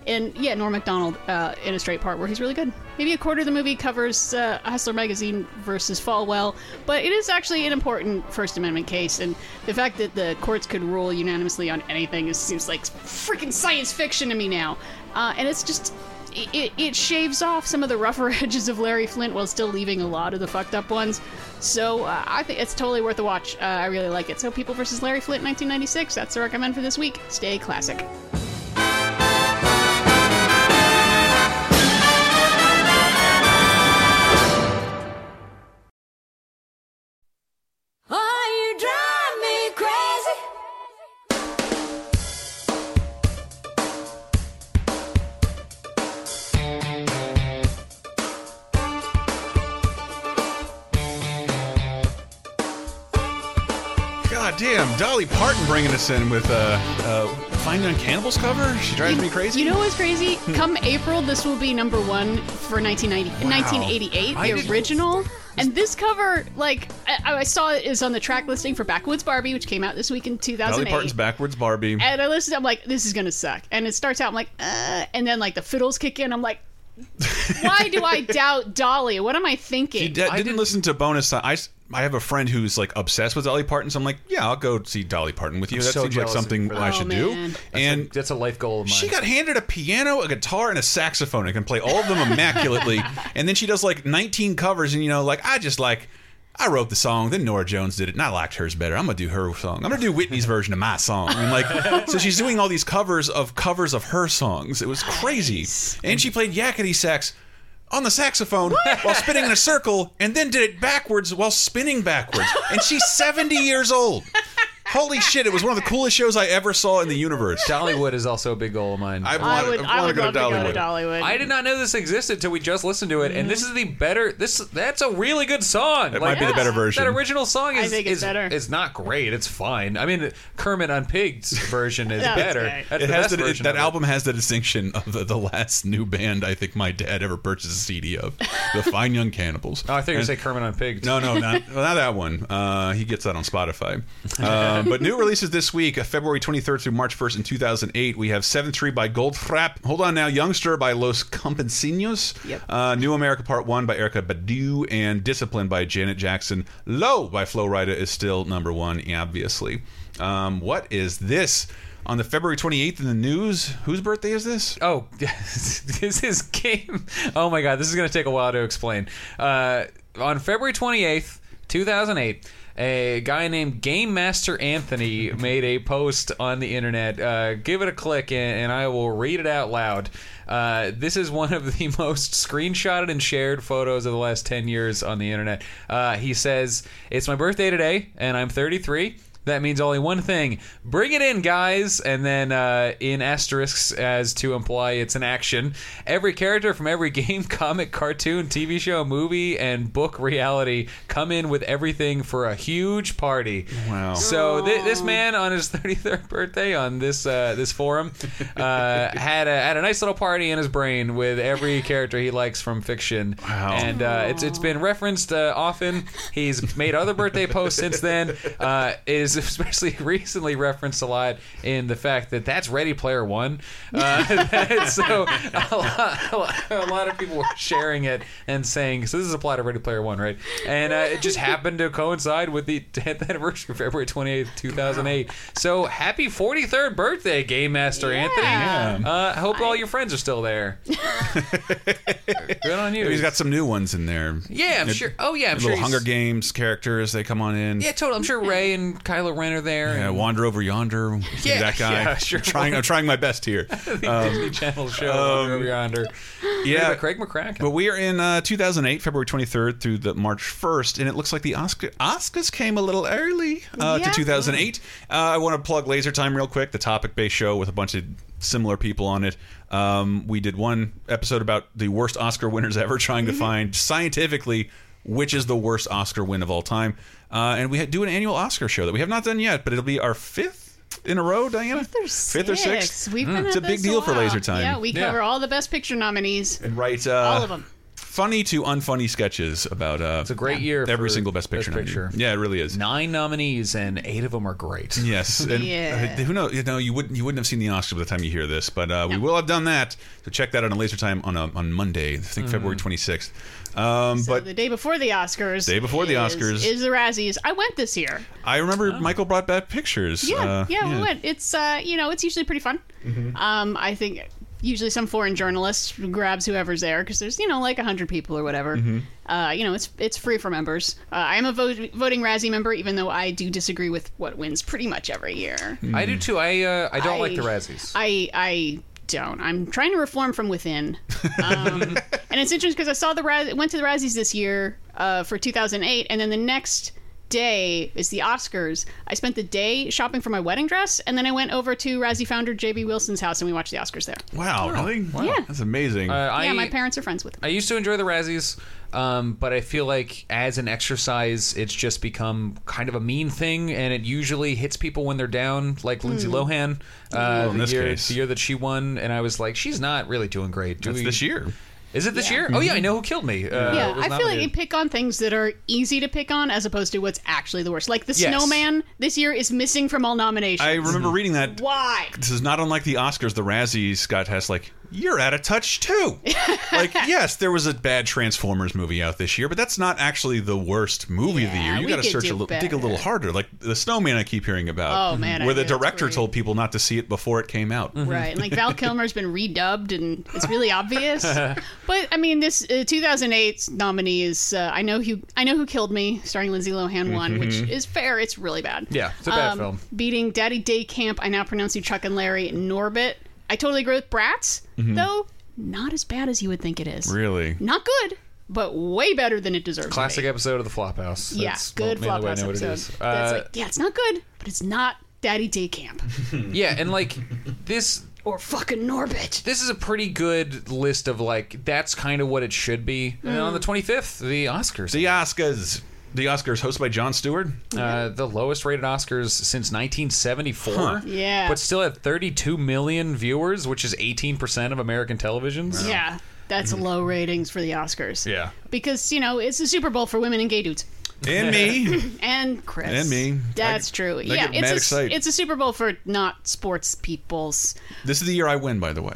S4: and yeah, Norm Macdonald uh, in a straight part where he's really good. Maybe a quarter of the movie covers uh, Hustler magazine versus Falwell, but it is actually an important First Amendment case, and the fact that the courts could rule unanimously on anything is, seems like freaking science fiction to me now. Uh, and it's just. It, it- it shaves off some of the rougher [laughs] edges of Larry Flint while still leaving a lot of the fucked up ones. So uh, I think it's totally worth a watch. Uh, I really like it. So People versus Larry Flint, 1996. That's the recommend for this week. Stay classic.
S10: Oh, you drive me crazy.
S1: God damn, Dolly Parton bringing us in with uh, uh, Finding on Cannibals cover. She drives me crazy. Hmm.
S4: You know what's crazy? Come April, this will be number one for 1990,
S1: Wow.
S4: 1988,
S1: I
S4: the
S1: didn't-
S4: original. And this cover, like, I, I saw it is on the track listing for Backwoods Barbie, which came out this week in
S1: Dolly
S4: 2008.
S1: Parton's backwards Barbie.
S4: and I listened, I'm like, this is going to suck. And it starts out, I'm like, uh, and then, like, the fiddles kick in. I'm like, why do
S1: [laughs]
S4: I doubt Dolly? What am I thinking?
S1: She d- didn't, listen to bonus. si- I s- I have a friend who's like obsessed with Dolly Parton, so I'm like, yeah, I'll go see Dolly Parton with you.
S3: I'm
S1: that
S3: so
S1: seems like
S3: jealous of you
S1: something
S3: for
S1: I
S3: that.
S1: should
S3: Oh,
S1: do.
S3: man.
S1: and
S3: That's a life goal of mine.
S1: she got handed a piano, a guitar, and a saxophone. and can play all of them
S3: [laughs]
S1: immaculately. and then she does like 19 covers, and you know, like I just like. I wrote the song, then Nora Jones did it, and I liked hers better. I'm gonna do her song. I'm gonna do Whitney's version of my song. And like, so she's doing all these covers of covers of her songs. It was crazy. And she played yakety sax on the saxophone while spinning in a circle, and then did it backwards while spinning backwards. And she's 70 years old. Holy shit! It was one of the coolest shows I ever saw in the universe.
S3: Dollywood is also a big goal of mine.
S1: I,
S4: I
S1: wanna-
S4: would,
S1: I
S4: I
S1: want
S4: would
S1: to go
S4: love
S1: to Dollywood.
S4: Dollywood.
S3: I did not know this existed till we just listened to it, and this is the better. This that's a really good song.
S1: That might be the better version.
S3: That original song
S4: I
S3: is
S4: think it's
S3: is,
S4: better.
S3: is not great. It's fine. I mean, Kermit Unpig's version
S4: [laughs]
S3: is
S4: Yeah, that's
S3: better.
S4: right.
S3: That's
S1: it
S3: the
S1: has
S3: best
S1: the, it,
S3: version
S1: that
S3: of it.
S1: album has the distinction of the, the last new band I think my dad ever purchased a CD [laughs] of, the Fine Young Cannibals. Oh,
S3: I thought you were gonna say Kermit on Pigs.
S1: No, no,
S3: [laughs]
S1: not, well, not that one. Uh, he gets that on Spotify. Uh, but new releases this week, uh, February 23rd through March 1st in 2008. We have 7-3 by Goldfrapp. Hold on now, Youngster by Los Campesinos.
S4: Yep.
S1: Uh, new America Part 1 by Erica Badu. And Discipline by Janet Jackson. Low by Flo Rida is still number one, obviously. Um, what is this? On the February 28th in the news, whose birthday is this?
S3: Oh, [laughs] this is game. Oh my god, this is going to take a while to explain. Uh, on February 28th, 2008, a guy named Game Master Anthony made a post on the internet. Uh, give it a click and, and I will read it out loud. Uh, this is one of the [laughs] most screenshotted and shared photos of the last 10 years on the internet. Uh, he says, It's my birthday today, and I'm 33. That means only one thing. Bring it in, guys! And then uh, in asterisks as to imply it's an action. Every character from every [laughs] game, comic, cartoon, TV show, movie, and book reality come in with everything for a huge party.
S1: Wow.
S3: So thi- this man on his [laughs] 33rd birthday on this uh, this forum uh, had a had a nice little party in his brain with every character he likes from fiction. Wow. And uh, it's it's been referenced uh, often. He's made other birthday posts since then. Uh, it is especially [laughs] recently referenced a lot in the fact that that's Ready Player One. Uh, [laughs] that- so a lot, a lot- a lot of people were sharing it and saying, "So this is a plot of Ready Player One, right?" And uh, it just happened to coincide with the 10th anniversary of February 28th, 2008. So happy 43rd birthday, Game Master Anthony! Uh, I hope all your friends are still there. Good on you.
S1: He's got some new ones in there.
S3: Oh, Yeah, I'm
S1: Uh,
S3: sure- oh, yeah, I'm
S1: little
S3: sure he's-
S1: Hunger Games characters they come on in.
S3: Yeah, totally. I'm sure Ray and Kylo Ren are there.
S1: Yeah,
S3: and-
S1: wander over yonder.
S3: Yeah,
S1: that guy.
S3: yeah, sure.
S1: I'm trying, I'm trying my best
S3: [laughs]
S1: here.
S3: Disney Channel show Wander Over Yonder.
S1: um, Yeah,
S3: about Craig McCracken.
S1: But we are in uh, 2008, February 23rd through the March 1st, and it looks like the Oscar Oscars came a little early uh,
S3: Yeah.
S1: to 2008. Uh, I want to plug Laser Time real quick, the topic-based show with a bunch of similar people on it. Um, we did one episode about the worst Oscar winners ever, trying to find scientifically which is the worst Oscar win of all time. Uh, and we had, do an annual Oscar show that we have not done yet, but it'll be our fifth. In a row, Diana. Fifth or sixth. Hmm.
S4: We've been
S1: it's a
S4: at
S1: big
S4: this
S1: deal for
S4: while.
S1: Laser Time.
S4: Yeah, we cover all the best picture nominees.
S1: and write uh,
S4: all of them.
S1: funny to unfunny sketches about uh, it's a
S3: great year
S1: every
S3: for
S1: single best picture, nominee.
S3: Best Picture.
S1: yeah it really is
S3: nine nominees and eight of them are great [laughs]
S1: yes and
S3: Yeah.
S1: uh, who knows you know you wouldn't you wouldn't have seen the Oscar by the time you hear this but uh, we will have done that so check that out on laser time on a, on Monday I think
S4: Mhm.
S1: February 26th um, but
S4: the day before the Oscars.
S1: Day before the
S4: is-
S1: Oscars.
S4: is the Razzies. I went this year.
S1: I remember Michael brought back pictures
S4: Oh. Yeah,
S1: uh,
S4: yeah, we went. It's uh, you know, it's usually pretty fun.
S1: Mhm.
S4: Um, I think usually some foreign journalist grabs whoever's there because there's you know like hundred people or whatever.
S7: Mhm.
S1: Mm-hmm.
S4: Uh, you know, it's it's free for members. Uh, I am a vo- voting Razzie member, even though I do disagree with what wins pretty much every year.
S3: i do too i uh, i don't like the
S4: I-
S3: razzies
S4: I I don't. I'm trying to reform from within.
S3: [laughs]
S4: Um, and it's interesting because I saw the Raz- went to the Razzies this year uh, for 2008, and then the next day is the Oscars. I spent the day shopping for my wedding dress, and then I went over to Razzie founder J.B. Wilson's house and we watched the Oscars there.
S1: wow really
S4: Yeah.
S1: that's amazing
S3: Uh, I,
S4: yeah, my parents are friends with.
S3: I used to enjoy the Razzies, um, but I feel like as an exercise, it's just become kind of a mean thing, and it usually hits people when they're down, like Lindsay
S1: Hmm.
S3: Lohan. Uh,
S1: Well, in
S3: the,
S1: this
S3: year,
S1: case.
S3: the year that she won, and I was like, she's not really doing great. Do
S1: That's
S3: we-
S1: this year.
S3: Is it this year? Oh, yeah, I know who killed me. Uh,
S4: yeah,
S3: was
S4: I feel like
S3: nominated.
S4: they pick on things that are easy to pick on as opposed to what's actually the worst. Like the
S1: Yes.
S4: snowman this year is missing from all nominations.
S1: I remember reading that
S4: Why?
S1: this is not unlike the Oscars. The Razzies, Scott Hess, like you're out of touch
S4: [laughs]
S1: too. like, yes, there was a bad Transformers movie out this year, but that's not actually the worst movie of the year. You
S4: we
S1: got to
S4: could
S1: search
S4: do
S1: a little, dig a little harder. Like the Snowman, I keep hearing about.
S4: Oh, man, I
S1: where the
S4: hear that's
S1: director told people not to see it before it came out.
S4: Right. And like
S3: [laughs]
S4: Val Kilmer's been redubbed and it's really obvious. but I mean, this uh, 2008 nominee is uh, I know who I know who killed me, starring Lindsay Lohan, one, which
S3: Mhm.
S4: is fair. It's really bad. Um,
S3: Yeah, it's a bad film.
S4: Beating Daddy Day Camp, I now pronounce you Chuck and Larry Norbit. I totally agree with Bratz,
S3: Mm-hmm.
S1: Mhm.
S4: though not as bad as you would think it is.
S1: Really.
S4: Not good, but way better than it deserves. to be.
S3: Classic episode of the Flophouse.
S4: Yeah,
S3: That's
S4: good
S3: mainly what I
S4: Flophouse
S3: know what it
S4: episode.
S3: is.
S4: That's
S3: Uh,
S4: like, yeah, it's not good, but it's not Daddy
S3: [laughs]
S4: Day Camp
S3: yeah, and like this
S4: or fucking Norbit.
S3: This is a pretty good list of like that's kind of what it should be. And on the
S4: Mm.
S3: 25th, the Oscars. The
S1: Oscars. The Oscars hosted by John Stewart.
S3: Uh, the lowest rated Oscars since 1974.
S1: Huh.
S4: Yeah.
S3: But still at 32 million viewers, which is 18% of American television.
S4: Yeah, that's
S1: mm-hmm.
S4: low ratings for the Oscars.
S3: Yeah.
S4: Because, you know, it's the Super Bowl for women and gay dudes.
S1: And
S4: [laughs]
S1: me.
S4: and Chris.
S1: And me.
S4: That's true.
S1: I
S4: yeah,
S1: get
S4: it's
S1: mad
S4: a,
S1: excited.
S4: it's a Super Bowl for not sports peoples.
S1: This is the year I win, by the way.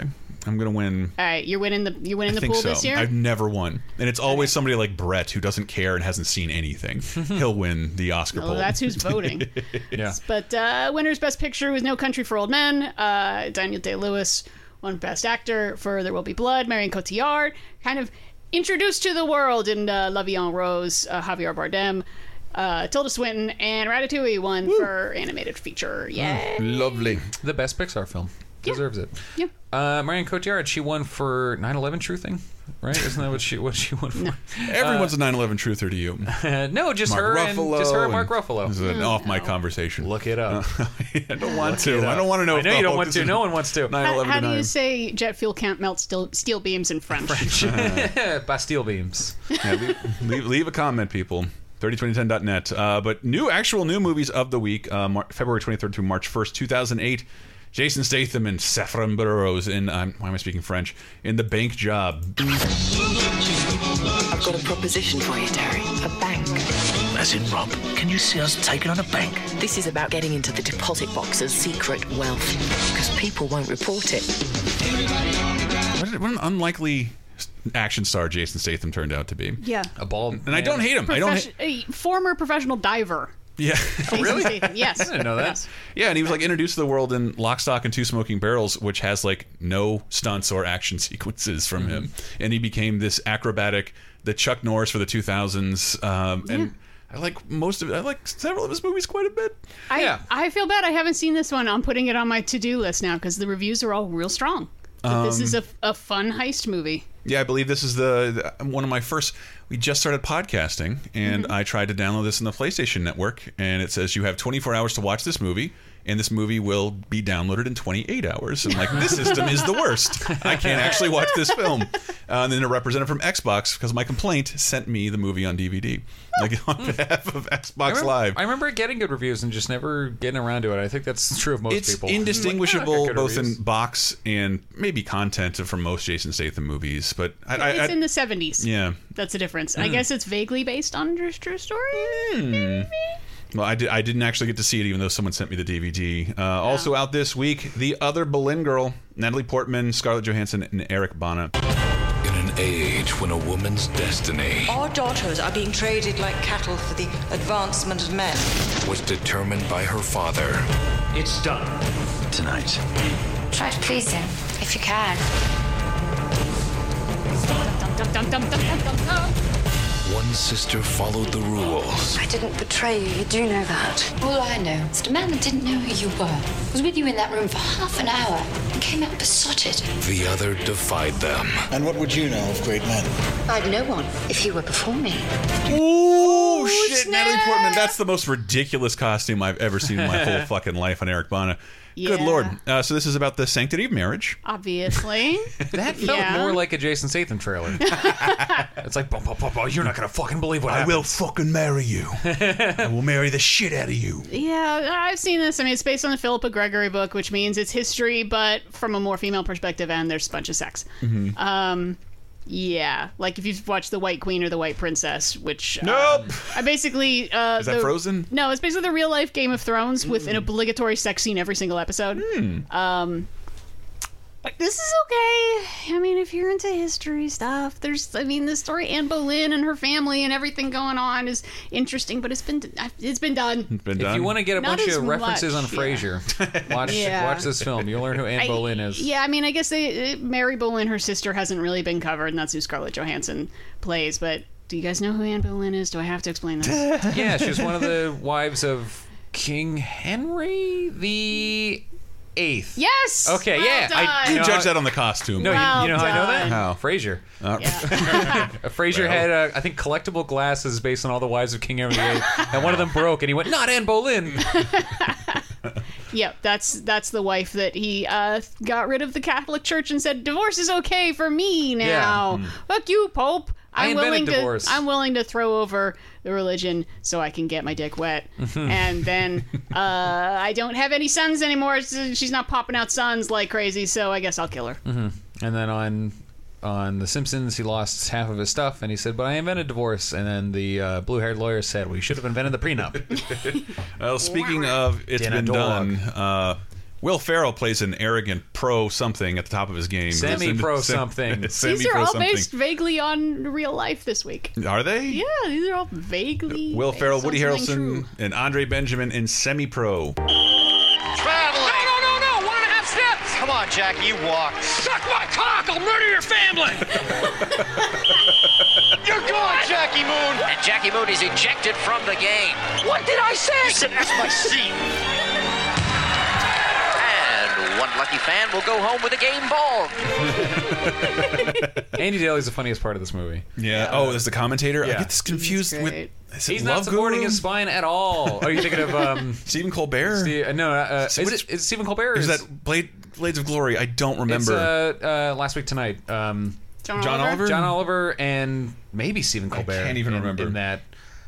S1: I'm gonna win.
S4: All right, you're winning the you're winning
S1: I
S4: the
S1: think
S4: pool
S1: so.
S4: this year.
S1: I've never won, and it's always somebody like Brett who doesn't care and hasn't seen
S4: [laughs]
S1: anything. He'll win the Oscar
S4: Well,
S1: poll.
S4: that's [laughs] who's voting.
S1: yeah.
S4: But uh, winner's best picture was No Country for Old Men. Uh, Daniel Day Lewis won Best Actor for There Will Be Blood. Marion Cotillard kind of introduced to the world in uh, La Vie en Rose. Uh, Javier Bardem, uh, Tilda Swinton, and Ratatouille won for animated
S1: Oh.
S4: feature. Yeah.
S3: Lovely. The best Pixar film. Deserves it.
S4: Yeah.
S3: Uh, Marion Cotillard, she won for 9/11 truthing, right? Isn't that what she what she
S4: [laughs]
S3: won for? Uh,
S1: Everyone's
S4: Uh,
S1: a 9/11 truther to you.
S3: no, [laughs] just
S1: Mark
S3: her and-
S1: Ruffalo
S3: just her and Mark Ruffalo.
S1: This is Uh. an
S3: Mm.
S1: off my conversation. Look
S3: it up.
S1: [laughs] I don't want to. I don't want to know.
S3: I know you don't want
S1: [laughs]
S3: to. No one wants to.
S4: How, how do you say jet fuel can't melt steel, steel beams in French?
S3: [laughs]
S1: [laughs]
S3: Bastille beams.
S1: leave, leave, leave a comment, people. 302010.net. Uh, but new, actual new movies of the week, uh, Mar- February 23rd through March 1st, 2008. Jason Statham and Saffron Burrows in, um, why am I speaking French? In The Bank Job.
S7: I've got a proposition for you, Terry. A bank.
S8: As in, Rob, can you see us taking on a bank?
S7: This is about getting into the deposit box's secret wealth, because people won't report it.
S1: What, an- what an unlikely action star Jason Statham turned out to be.
S4: [laughs] Yeah.
S1: A bald. And I don't hate him. I don't.
S4: Profes-
S1: ha-
S4: a former professional diver.
S1: yeah. [laughs] Oh,
S4: really? Yes.
S1: I didn't know that. Yeah, and he was like introduced to the world in Lock, Stock, and Two Smoking Barrels, which has like no stunts or action [laughs] sequences from him, and he became this acrobatic, the Chuck Norris for the 2000s, um, and I like most of, I like several of his movies quite a bit.
S4: I, I feel bad I haven't seen this one. I'm putting it on my to do list now because the reviews are all real strong. That this
S1: Um,
S4: is a, a fun heist movie.
S1: Yeah, I believe this is the, the- one of my first. We just started podcasting, and
S3: Mm-hmm.
S1: I tried to download this in the PlayStation Network, and it says you have 24 hours to watch this movie, and this movie will be downloaded in 28 hours. And like this system is the worst. I can't actually watch this
S3: [laughs]
S1: film. Uh, and then a representative from Xbox, because my complaint, sent me the movie on DVD, like [laughs] on behalf of
S3: I
S1: Xbox
S3: remember,
S1: Live.
S3: I remember getting good reviews and just never getting around to it. I think that's true of most
S1: it's
S3: people. [laughs]
S1: indistinguishable
S3: Like, "Oh, I got good
S1: both
S3: reviews."
S1: in box and maybe content from most Jason Statham movies, but I, I,
S4: it's
S1: I-
S4: in the 70s.
S1: yeah.
S4: That's the difference. I
S1: Mm.
S4: guess it's vaguely based on a true story.
S1: Hmm. Well, I, did, I didn't actually get to see it, even though someone sent me the DVD. Uh, Also out this week, The Other Boleyn Girl, Natalie Portman, Scarlett Johansson, and Eric Bana.
S11: In an age when a woman's destiny
S24: Our daughters are being traded like cattle for the advancement of men.
S11: was determined by her father. It's done. Tonight.
S25: Try to please him, if you can.
S11: One sister followed the rules.
S25: I didn't betray you, you do know that. All I know is the man that didn't know who you were was with you in that room for half an hour and came out besotted.
S11: The other defied them. And what would you know of great men?
S25: I'd no one if you were before me.
S1: Ooh, shit, Natalie Portman. That's the most ridiculous costume I've ever seen in my whole [laughs] fucking life on Eric Bana. Good
S4: Yeah.
S1: lord. Uh, so, this is about the sanctity of marriage. [laughs]
S4: Obviously.
S3: That felt more like a Jason Statham trailer. it's like, bah, bah, bah, bah, you're not gonna fucking believe what
S1: I
S3: happened.
S1: will fucking marry [laughs] you. I will marry the shit out of you.
S4: Yeah, I've seen this. I mean, it's based on the Philippa Gregory book, which means it's history, but from a more female perspective, and there's a bunch of sex.
S1: Mhm.
S4: Um, yeah, like if you've watched The White Queen or The White Princess, which uh,
S1: Nope.
S4: I basically uh,
S1: Is that
S4: the-
S1: Frozen?
S4: No, it's basically the real life Game of Thrones with an obligatory sex scene every single episode.
S1: Mm.
S3: Hmm.
S4: Um, but this is okay. I mean, if you're into history stuff, there's I mean, the story Anne Boleyn and her family and everything going on is interesting, but it's been it's
S3: [laughs]
S4: been done.
S1: Been
S3: If you want to get a
S4: Not
S3: bunch
S4: as
S3: of references
S4: much,
S3: on
S4: [laughs]
S3: Frasier, watch
S4: Yeah.
S3: watch this film. You'll learn who Anne
S4: I-
S3: Boleyn is.
S4: Yeah, I mean, I guess they, uh, Mary Boleyn, her sister, hasn't really been covered, and that's who Scarlett Johansson plays. But do you guys know who Anne Boleyn is? Do I have to
S3: [laughs]
S4: explain this?
S3: yeah, she's one of
S4: [laughs]
S3: the wives of King Henry the Eighth.
S4: Yes.
S3: Okay,
S4: Well
S3: yeah, I-
S4: done.
S1: You
S3: No,
S1: judge that on the costume.
S3: No, you- you, know how I know
S4: done.
S3: that?
S1: How?
S3: Frasier.
S1: Uh,
S3: Frasier had, uh, I think, collectible glasses based on all the wives of King Henry VIII, and one of them broke, and he went, "Not Anne Boleyn."
S4: Yeah, that's that's the wife that he uh, got rid of the Catholic Church and said divorce is okay for me now.
S3: Yeah. Hmm.
S4: Fuck you, Pope.
S3: I
S4: I'm
S3: invented
S4: willing to
S3: divorce.
S4: I'm willing to throw over the religion so I can get my
S3: [laughs]
S4: dick wet. and then uh, I don't have any sons anymore. So she's not popping out sons like crazy, so I guess I'll kill her.
S3: hmm And then on on The Simpsons, he lost half of his stuff, and he said, "But I invented divorce." And then the uh, blue-haired
S1: [laughs]
S3: lawyer said, "We should have invented the prenup."
S1: Well, speaking of it's
S3: Dinner
S1: been
S3: dog.
S1: done, uh, Will Farrell plays an arrogant pro something at the top of his game.
S3: Semi
S1: [laughs]
S3: pro something.
S1: Semi
S4: These are
S1: pro
S4: all
S1: something.
S4: based vaguely on real life this week.
S3: Mm.
S1: Are they?
S4: Yeah, these are all vaguely.
S1: Will
S4: based
S1: Farrell,
S4: on
S1: Woody
S4: something
S1: Harrelson, and Andre Benjamin in Semi Pro.
S5: Traveling. No, no, no, no. One and a half steps. Come on, Jack. You walk. Suck my cock. I'll murder your [laughs] family. You're gone, Jackie Moon. And Jackie Moon is ejected from the game. What did I say? You said that's [laughs] my seat. And one lucky fan will go home with a game ball.
S3: Andy Daly's the funniest part of this movie.
S1: Yeah. Oh, there's the commentator. I get this confused with. is it
S3: He's not
S1: Love
S3: supporting
S1: Guru?
S3: his spine at all. Are you thinking
S1: [laughs]
S3: of um,
S1: Stephen Colbert?
S3: Ste- uh, no, uh, is,
S1: What
S3: it, is it Stephen Colbert? or
S1: Is
S3: is-
S1: that Blade, Blades of Glory? I don't
S3: It's,
S1: remember.
S3: uh, uh, last week tonight. Um,
S1: John John Oliver? Oliver?
S3: John Oliver, and maybe Stephen Colbert.
S1: I can't even
S3: in-
S1: remember
S3: in that.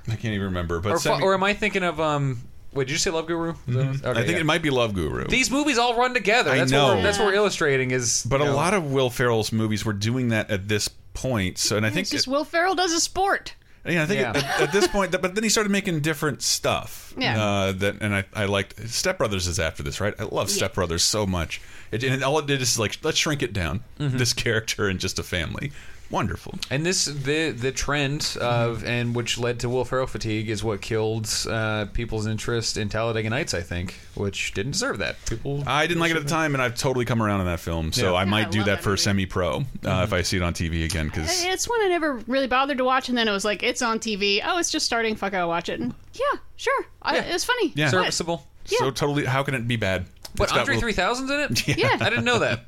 S1: I can't even remember. But
S3: Or, fu-
S1: semi-
S3: or am I thinking of? Um, wait, did you say Love Guru?
S1: Mhm. I think it might be Love Guru.
S3: These movies all run together.
S1: I
S3: That's
S1: know.
S3: What we're, that's what we're illustrating is.
S1: but
S3: you
S1: a
S3: know,
S1: lot of Will Ferrell's movies were doing that at this point. So, and I think
S4: It's just Will Farrell does a sport.
S1: Yeah, I think
S4: Yeah.
S1: At, at this point, but then he started making different stuff.
S4: Yeah.
S1: Uh, that and I, I liked Step Brothers is after this, right? I love Step Brothers so much. It, and all it did is like let's shrink it down.
S4: Mm-hmm.
S1: This character and just a family. Wonderful.
S3: And this the the trend
S1: Mm-hmm.
S3: of and which led to Will Ferrell fatigue is what killed uh, people's interest in Talladega Nights. I think, which didn't deserve that. Uh, People,
S1: I didn't like it at the time, and I've totally come around on that film. So
S4: Yeah.
S1: I
S4: Yeah,
S1: might
S4: I
S1: do
S4: love
S1: that
S4: that Mm-hmm. Uh,
S1: for semi pro uh, if I see it on TV again. Because
S4: It's one I never really bothered to watch, and then it was like, it's on TV. Oh, it's just starting. Fuck, I'll watch it. And yeah, sure. I, It's funny.
S1: yeah,
S4: Do it. Yeah.
S1: So totally, how can it be bad?
S3: But Andre
S1: Will-
S3: 3000's in
S1: [laughs]
S3: it.
S1: Yeah.
S4: Yeah.
S3: [laughs] I didn't know that.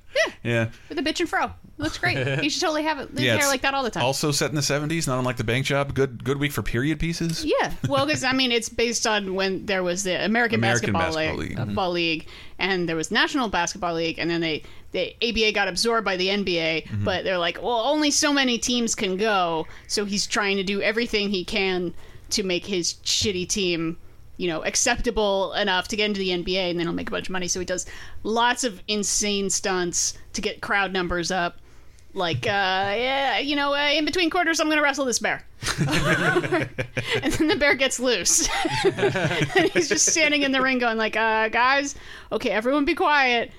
S1: Yeah.
S4: With a bitch and fro. Looks
S3: [laughs]
S4: great. you should totally have it. Leave
S1: Yeah,
S4: hair
S1: it's
S4: like that all the time.
S1: Also set in the '70s, not unlike the Bank Job. Good, good week for period pieces.
S4: Yeah, well, because I mean, it's based on when there was the American,
S1: American
S4: Basketball,
S1: Basketball
S4: League,
S1: League.
S4: uh,
S1: Mhm.
S4: Ball League, and there was National Basketball League, and then they the ABA got absorbed by the NBA.
S1: Mm-hmm.
S14: Mhm.
S4: But they're like, well, only so many teams can go, so he's trying to do everything he can to make his shitty team. You know, acceptable enough to get into the NBA, and then he'll make a bunch of money. So he does lots of insane stunts to get crowd numbers up. Like, uh, yeah, you know, uh, in between quarters, I'm going to wrestle this bear [laughs] and then the bear gets loose [laughs] and he's just standing in the ring going like uh guys okay everyone be quiet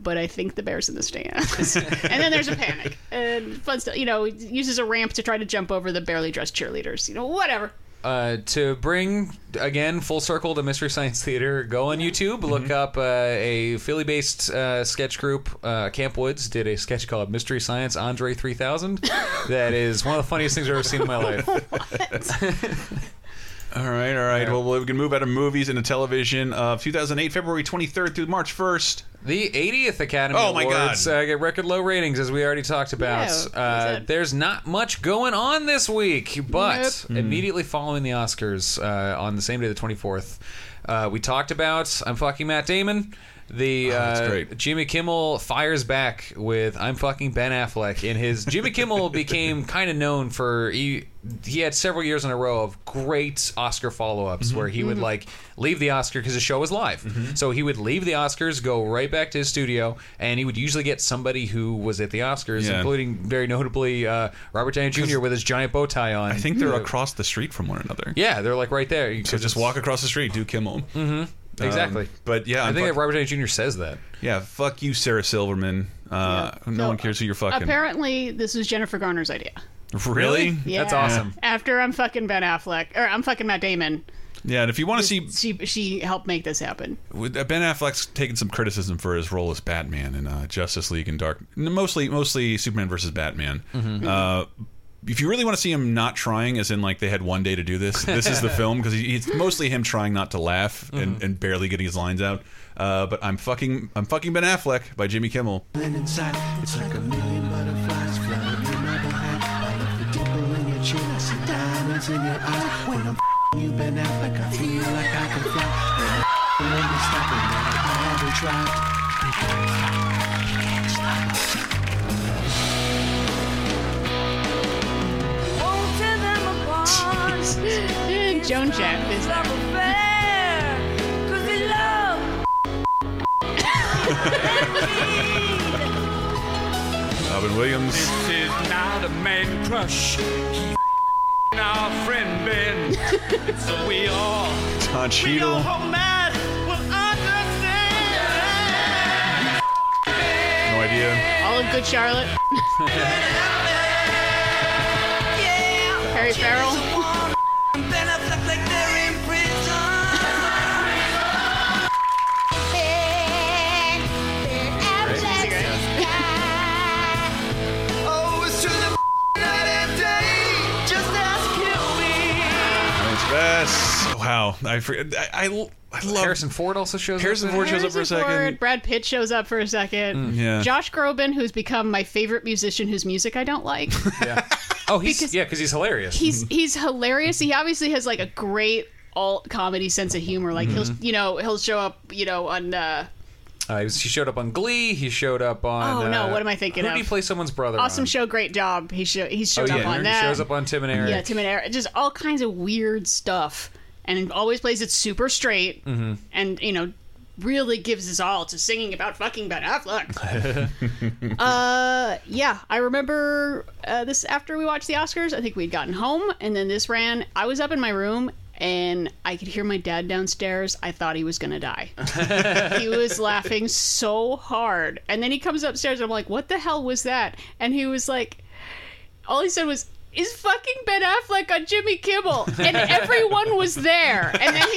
S4: but i think the bear's in the stands [laughs] and then there's a panic and fun stuff you know uses a ramp to try to jump over the barely dressed cheerleaders you know whatever
S3: Uh, to bring again full circle to Mystery Science Theater, go on
S1: Mm-hmm.
S3: YouTube, look up uh, a Philly-based uh, sketch group, uh, Camp Woods, did a sketch called Mystery Science Andre
S1: [laughs]
S3: 3000. that is one of the funniest things I've ever seen in my life.
S1: All right, all right. Well, we can move out of movies into television. Of 2008, February 23rd through March 1st.
S3: The 80th Academy
S1: Oh my
S3: Awards
S1: God!
S3: Uh, get record low ratings, as we already talked about.
S1: Yeah,
S3: uh, there's not much going on this week, but
S1: Nope. Mm-hmm.
S3: immediately following the Oscars uh, on the same day, the 24th, uh, we talked about I'm fucking Matt Damon.
S1: Oh,
S3: The uh, Jimmy Kimmel fires back with "I'm fucking Ben Affleck" in his. Jimmy
S1: [laughs]
S3: Kimmel became kind of known for he he had several years in a row of great Oscar follow-ups
S1: Mm-hmm.
S3: where he would
S15: Mhm.
S3: like leave the Oscar because the show was live. So he would leave the Oscars, go right back to his studio, and he would usually get somebody who was at the Oscars,
S1: Yeah.
S3: including very notably uh, Robert Downey Jr. with his giant bow tie on.
S1: I think they're across the street from one another.
S3: Mm-hmm. Yeah, they're like right there. You
S1: So just walk across the street, do Kimmel.
S3: hmm
S1: Um,
S3: Exactly.
S1: but yeah,
S3: I
S1: I'm
S3: think
S1: fuck-
S3: that Robert Downey Jr. says that.
S1: Yeah, fuck you, Sarah Silverman. Uh, No one cares who you're fucking.
S4: apparently this was jennifer garner's idea
S1: really?
S4: yeah after i'm fucking ben affleck or i'm fucking matt damon
S1: Yeah, and if you want to see
S4: she she helped make this happen
S1: With- uh, Ben Affleck's taken some criticism for his role as Batman in uh, Justice League and Dark, mostly mostly Superman versus Batman.
S17: Mhm.
S1: Uh, if you really want to see him not trying, as in like they had one day to do this, this is the film because he, it's mostly him trying not to laugh and, and barely getting his lines out. Uh, but I'm fucking I'm fucking Ben Affleck by Jimmy Kimmel.
S18: And inside, it's like a million butterflies flying in my behind. I love the tickle in your chin, I see diamonds in your eye. When I'm f***ing you, Ben Affleck, I feel like I can fly. And I'm f***ing when you stop it, man, I haven't tried. You can't stop, you can't stop.
S4: Joan Jett is
S1: Robin Williams.
S6: This is not a man crush. He's our friend
S4: [laughs]
S6: Ben. so we all,
S1: Don
S6: we all
S1: Cheadle.
S6: hope Matt will understand.
S13: have you.
S4: All of Good Charlotte. Harry Farrell.
S1: That's wow. Oh, I forget. I, I, I love Harrison
S3: Ford also shows
S1: Harrison Ford shows up for a
S4: Harrison
S1: second.
S4: Ford, Brad Pitt shows up for a second.
S1: Mm. Yeah.
S4: Josh Groban, who's become my favorite musician whose music I
S1: [laughs]
S4: don't like.
S3: Oh, he's yeah, because he's hilarious.
S4: he's he's hilarious. He obviously has like a great alt comedy sense of humor. Like he'll
S1: Mm-hmm.
S3: Mhm.
S4: you know he'll show up you know on uh,
S3: Uh, he was- he showed up on Glee. He showed up on.
S4: Oh, no,
S3: uh,
S4: what am I thinking
S3: who
S4: of?
S3: did he play someone's brother?
S4: awesome
S3: on?
S4: show, great job. He show he
S3: oh,
S4: showed
S3: yeah,
S4: up on
S3: he
S4: that.
S3: shows up on Tim and Eric.
S4: Yeah, Tim and Eric, just all kinds of weird stuff, and always plays it super straight,
S3: Mhm.
S4: and you know really gives his all to singing about fucking Ben Affleck.
S13: That's
S4: Uh, yeah, I remember uh, this after we watched the Oscars. I think we'd gotten home, and then this ran. I was up in my room, and I could hear my dad downstairs. I thought he was gonna die. he was laughing so hard, and then he comes upstairs, and I'm like, "What the hell was that?" And he was like, "All he said was." Is fucking Ben Affleck on Jimmy Kimmel, and everyone was there. And then he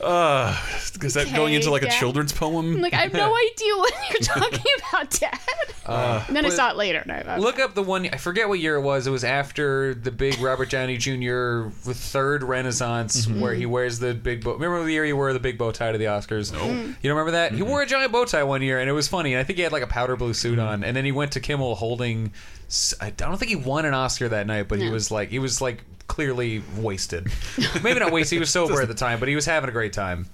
S1: Uh, is that going
S4: Okay,
S1: into like a
S4: Dad.
S1: children's poem?
S4: I'm like, I have no idea what you're talking about, Dad.
S3: Uh,
S4: and then I
S3: but-
S4: saw it later. And I,
S3: Look up the one. I forget what year it was. It was after the big Robert Downey Jr. third Renaissance,
S1: Mm-hmm.
S4: Mhm.
S3: where he wears the big bow. Remember the year he wore the big bow tie to the Oscars?
S4: No. Mm.
S3: You don't remember that? He wore a giant bow tie one year, and it was funny. And I think he had like a powder blue
S1: Mm-hmm.
S3: suit on. And then he went to Kimmel holding. s- I don't think he won an Oscar that night, but he
S4: No.
S3: was like he was like clearly
S1: [laughs]
S3: wasted. Maybe not wasted. He was sober at the time, but he was having a great time.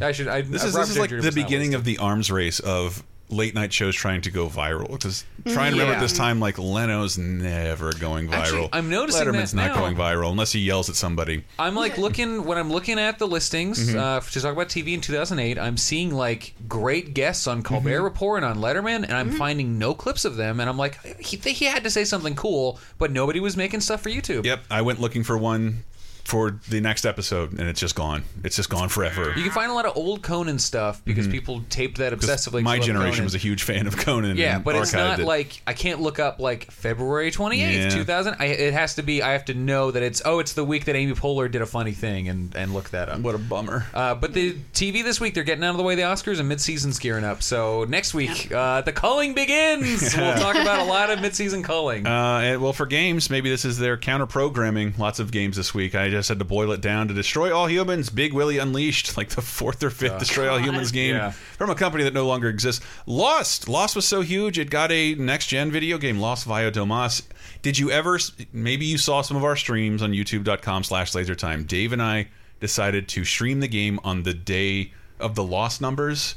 S3: I should. I,
S1: Mm. This is,
S3: Robert
S1: this is like
S3: Downey Jr.
S1: the
S3: was not
S1: beginning of the arms race of late night shows trying to go viral. Because
S3: Mhm.
S1: try and remember at this
S3: Yeah.
S1: time, like Leno's never going viral.
S3: Actually, I'm noticing
S1: Letterman's
S3: that
S1: not
S3: now.
S1: going viral unless he yells at somebody.
S3: I'm like looking when I'm looking at the listings
S1: Mhm.
S3: uh, to talk about TV in 2008. I'm seeing like great guests on Colbert
S1: Mm-hmm.
S3: Report and on Letterman, and I'm finding no clips of them. And I'm like, he, he had to say something cool, but nobody was making stuff for YouTube.
S1: Yep, I went looking for one for the next episode, and it's just gone. It's just gone forever.
S3: You can find a lot of old Conan stuff because people taped that
S1: 'Cause
S3: obsessively. 'cause
S1: Mm-hmm. my
S3: they love
S1: generation
S3: Conan.
S1: was a huge fan of Conan.
S3: Yeah,
S1: and
S3: but it's
S1: archived
S3: not
S1: it.
S3: like I can't look up like February 28th,
S1: Yeah.
S3: 2000. I, it has to be I have to know that it's oh, it's the week that Amy Poehler did a funny thing and and look that up. What
S1: a bummer.
S3: Uh, but the TV this week they're getting out of the way of the Oscars and mid-season's gearing up. So next week uh, the
S1: [laughs]
S3: culling begins.
S1: Yeah.
S3: We'll talk about a lot of mid-season culling.
S1: Uh, and- well, for games, maybe this is their counter programming. Lots of games this week. I just had to boil it down to Destroy All Humans, Big Willie Unleashed, like the fourth or fifth
S3: Oh,
S1: Destroy All
S3: God.
S1: Humans game
S3: Yeah.
S1: from a company that no longer exists. Lost. Lost was so huge, it got a next gen video game, Lost Via Domas. Did you ever, maybe you saw some of our streams on youtube.com slash lasertime. Dave and I decided to stream the game on the day of the lost numbers.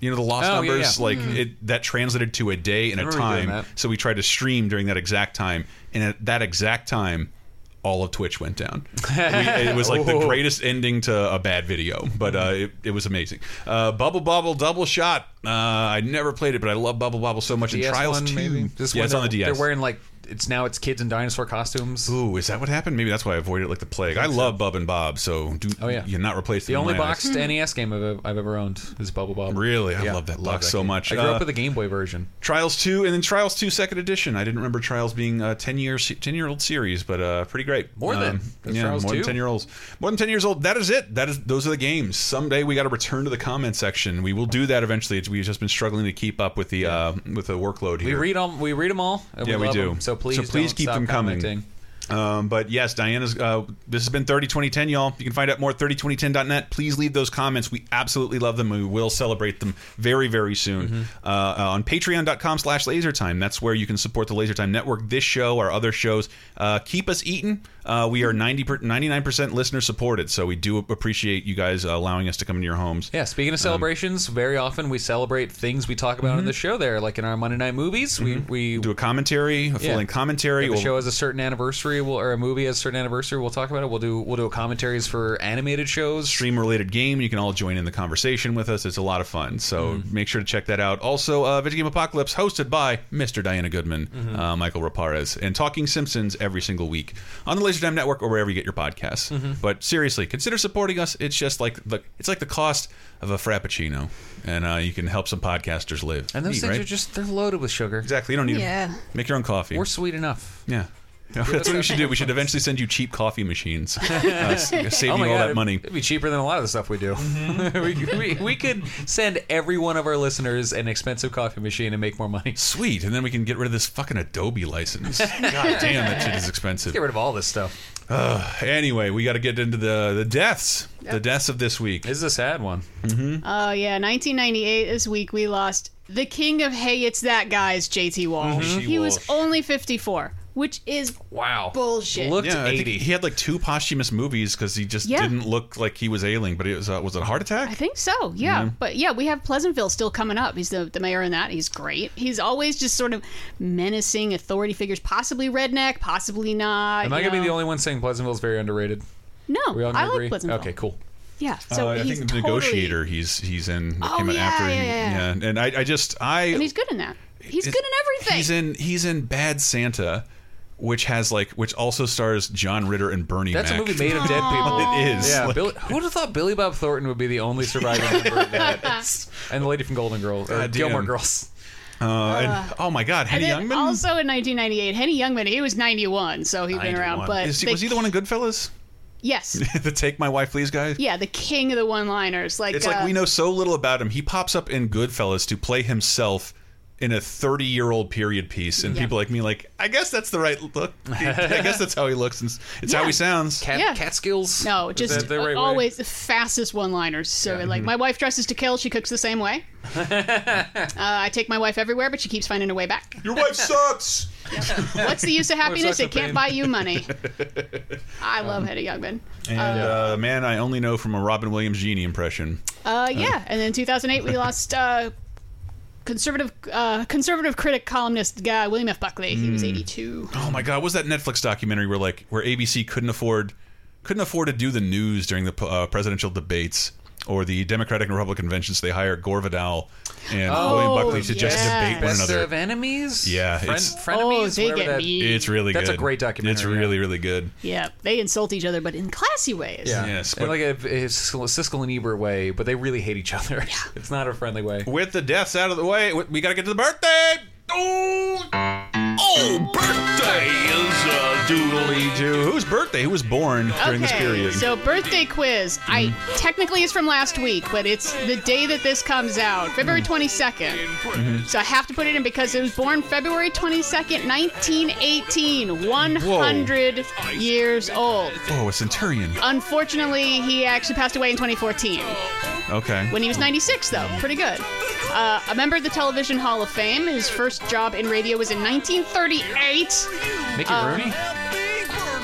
S1: You know the lost
S3: Oh, yeah,
S1: numbers,
S3: yeah.
S1: like
S3: Mhm.
S1: it that translated to a day and
S3: I
S1: a
S3: remember doing
S1: time.
S3: that.
S1: So we tried to stream during that exact time, and at that exact time, all of Twitch went
S3: [laughs]
S1: down. We- it was like the
S3: Oh.
S1: greatest ending to a bad video, but uh, it, it was amazing. Uh, Bubble Bobble Double Shot. Uh, I never played it, but I love Bubble Bobble so much.
S3: DS
S1: and Trials
S3: one,
S1: Two.
S3: maybe? This
S1: yeah,
S3: one
S1: it's on the DS.
S3: they're- They're wearing like it's now it's kids in dinosaur costumes.
S1: Ooh, is that what happened? Maybe that's why I avoided it like the plague. I love Bub and Bob, so do
S3: Oh, yeah.
S1: you're not replaced.
S3: The only boxed NES game I've, I've ever owned is Bubble Bob.
S1: Really, I
S3: Yeah,
S1: love that box so
S3: game.
S1: much.
S3: I grew
S1: Uh,
S3: up with the Game Boy version.
S1: Trials two, and then Trials two second edition. I didn't remember Trials being a ten year ten year old series, but uh, pretty great.
S3: More than. That's
S1: yeah,
S3: Trials
S1: more than
S3: 2?
S1: ten year olds. More than ten years old. That is it. That is those are the games. Someday we got to return to the comment section. We will do that eventually. It's- We've just been struggling to keep up with the uh, with the workload
S3: We
S1: here.
S3: read them. We read 'em all. and
S1: yeah, we,
S3: love
S1: do.
S3: 'em. So please, don't
S1: keep
S3: stop
S1: them
S3: commenting.
S1: coming. Um, but yes, Diana's. Uh, this has been 30 2010, y'all. You can find out more at 302010.net. Please leave those comments. We absolutely love them. We will celebrate them very, very soon.
S3: Mm-hmm.
S1: Uh, uh, on patreon.com slash lasertime. That's where you can support the Lasertime Network, this show, our other shows. Uh, keep us eating. Uh, we are 90 per, 99% listener supported. So we do appreciate you guys uh, allowing us to come into your homes.
S3: Yeah, speaking of celebrations, very often we celebrate things we talk about in
S1: Mhm.
S3: the show. There, like in our Monday night movies, we we
S1: Mm-hmm. do a commentary, a full
S3: Yeah.
S1: length commentary.
S3: If the
S1: or-
S3: show has a certain anniversary. anniversary, we'll, or a movie has a certain anniversary, we'll talk about it. We'll do we'll do commentaries for animated shows.
S1: Stream related game. You can all join in the conversation with us. It's a lot of fun. So
S3: Mm-hmm.
S1: make sure to check that out. Also, uh, Video Game Apocalypse, hosted by Mr. Diana Goodman,
S3: Mhm.
S1: uh, Michael Raparez, and Talking Simpsons every single week on the Laserdime Network or wherever you get your podcasts.
S3: Mhm.
S1: But seriously, consider supporting us. It's just like the it's like the cost of a frappuccino, and uh, you can help some podcasters live.
S3: And those
S1: Neat,
S3: things
S1: right?
S3: are just they're loaded with sugar.
S1: Exactly. You don't need
S4: Yeah.
S1: to make your own coffee.
S3: We're sweet enough.
S1: Yeah.
S3: Give us
S1: [laughs] That's what we
S3: that
S1: should do. We should eventually send you cheap coffee
S3: [laughs]
S1: machines, uh, s- saving
S3: Oh my
S1: all
S3: God,
S1: that money. Mm-hmm.
S3: It'd be cheaper than a lot of the stuff we do. [laughs] we, we, we could send every one of our listeners an expensive coffee machine and make more money. [laughs]
S1: Sweet, and then we can get rid of this fucking Adobe license. God damn, that shit is expensive.
S3: Get rid of all this stuff.
S1: Uh, anyway, we got to get into the the deaths. The deaths of this week.
S3: This is a sad one.
S1: Mm-hmm.
S4: Oh yeah, 1998. This week we lost the king of Hey, it's that guy's J.T. Walsh.
S3: Mm-hmm.
S1: Mhm.
S4: He was
S1: Walsh.
S4: only 54, which is
S3: wow
S4: bullshit.
S1: yeah, I think he had like two posthumous movies because he just
S4: Yeah.
S1: didn't look like he was ailing. But it was uh, was it a heart attack?
S4: I think so. Yeah,
S3: Mm-hmm.
S1: Yeah.
S4: but yeah, we have Pleasantville still coming up. He's the, the mayor in that. He's great. He's always just sort of menacing authority figures, possibly redneck, possibly not.
S3: Am I
S4: you
S3: going to be
S4: know.
S3: the only one saying Pleasantville's very underrated?
S4: No,
S3: we all
S4: I
S3: gonna
S4: like
S3: agree.
S4: Pleasantville.
S3: Okay, cool.
S4: Yeah. So
S1: Uh, I
S4: he's
S1: think the
S4: totally,
S1: negotiator he's he's in that
S4: Oh,
S1: came out
S4: yeah,
S1: after
S4: yeah,
S1: him.
S4: yeah.
S1: and I, I just I
S4: and he's good in that. He's good
S1: It's-
S4: in everything.
S1: He's in he's in Bad Santa, which has like which also stars John Ritter and Bernie.
S3: That's a
S1: Mac.
S3: movie made of dead
S1: [laughs]
S3: people.
S1: It
S4: Oh.
S1: is.
S3: Yeah.
S1: Like,
S3: Billy, who would have thought Billy Bob Thornton would be the only surviving member
S1: [laughs]
S3: of that? It's- and the lady from Golden Girls, or
S1: God
S3: Gilmore
S1: damn.
S3: Girls.
S1: Uh, and, oh my God, Henny
S4: and then
S1: Youngman.
S4: also in 1998, Henny Youngman. He was 91, so he's been around.
S1: 91.
S4: But
S1: Uh, Is he- was he the one in Goodfellas? [laughs]
S4: Yes.
S1: the Take My Wife, Please guy.
S4: Yeah, the king of the one-liners. Like
S1: it's
S4: uh,
S1: like we know so little about him. He pops up in Goodfellas to play himself in a 30 year old period piece, and
S4: Yeah.
S1: people like me like, I guess that's the right look. I guess that's how he looks, and it's- it's how
S4: Yeah.
S1: he sounds.
S4: yeah.
S3: Catskills.
S4: No,
S1: Is
S4: just
S1: that the right way? Mm-hmm.
S4: always the fastest one-liners. So like, my wife dresses to kill. She cooks the same
S3: [laughs]
S4: way. uh, I take my wife everywhere, but she keeps finding a way back.
S1: Your wife sucks.
S4: What's the use of
S1: Wife
S4: happiness?
S1: sucks
S4: It
S1: for
S4: can't
S1: pain. Um,
S4: buy
S1: [laughs]
S4: you money. I love Hedda Youngman.
S1: And uh, man, I only know from a Robin Williams genie impression.
S4: Uh, yeah, and then 2008 we lost uh, conservative uh, conservative critic columnist guy William F. Buckley. He was
S1: Mm.
S4: 82.
S1: Oh my God, what was that Netflix documentary where like where ABC couldn't afford couldn't afford to do the news during the uh, presidential debates or the Democratic and Republican conventions? They hired Gore Vidal and
S4: Oh,
S1: William Buckley to just debate one
S3: Best
S1: another.
S3: of enemies.
S1: Yeah,
S3: Friend,
S1: it's-
S3: frenemies.
S4: Oh, they
S3: whatever
S4: get
S3: that-
S4: mean.
S1: It's really
S3: That's
S1: good.
S3: a great documentary,
S1: It's really really good.
S4: Yeah, they insult each other, but in classy ways.
S3: Yeah,
S1: Yes,
S3: in like a, a Siskel Siskel and Ebert way, but they really hate each other. [laughs] It's not a friendly way.
S1: With the deaths out of the way, we got to get to the birthday. Oh, oh, birthday is a doodly doo. Whose birthday? Who was born during this period? Hmm.
S4: So birthday quiz. I technically it's from last week, but it's the day that this comes out, February
S1: Hmm.
S4: 22nd.
S1: Mhm.
S4: So I have to put it in because it was born February 22nd, 1918, 100 years old.
S1: Oh, a centurion.
S4: Unfortunately, he actually passed away in 2014
S1: Okay.
S4: when he was 96, though. Pretty good. Uh, a member of the Television Hall of Fame. His first job in radio was in 1938.
S3: Mickey
S4: Uh,
S3: Rooney.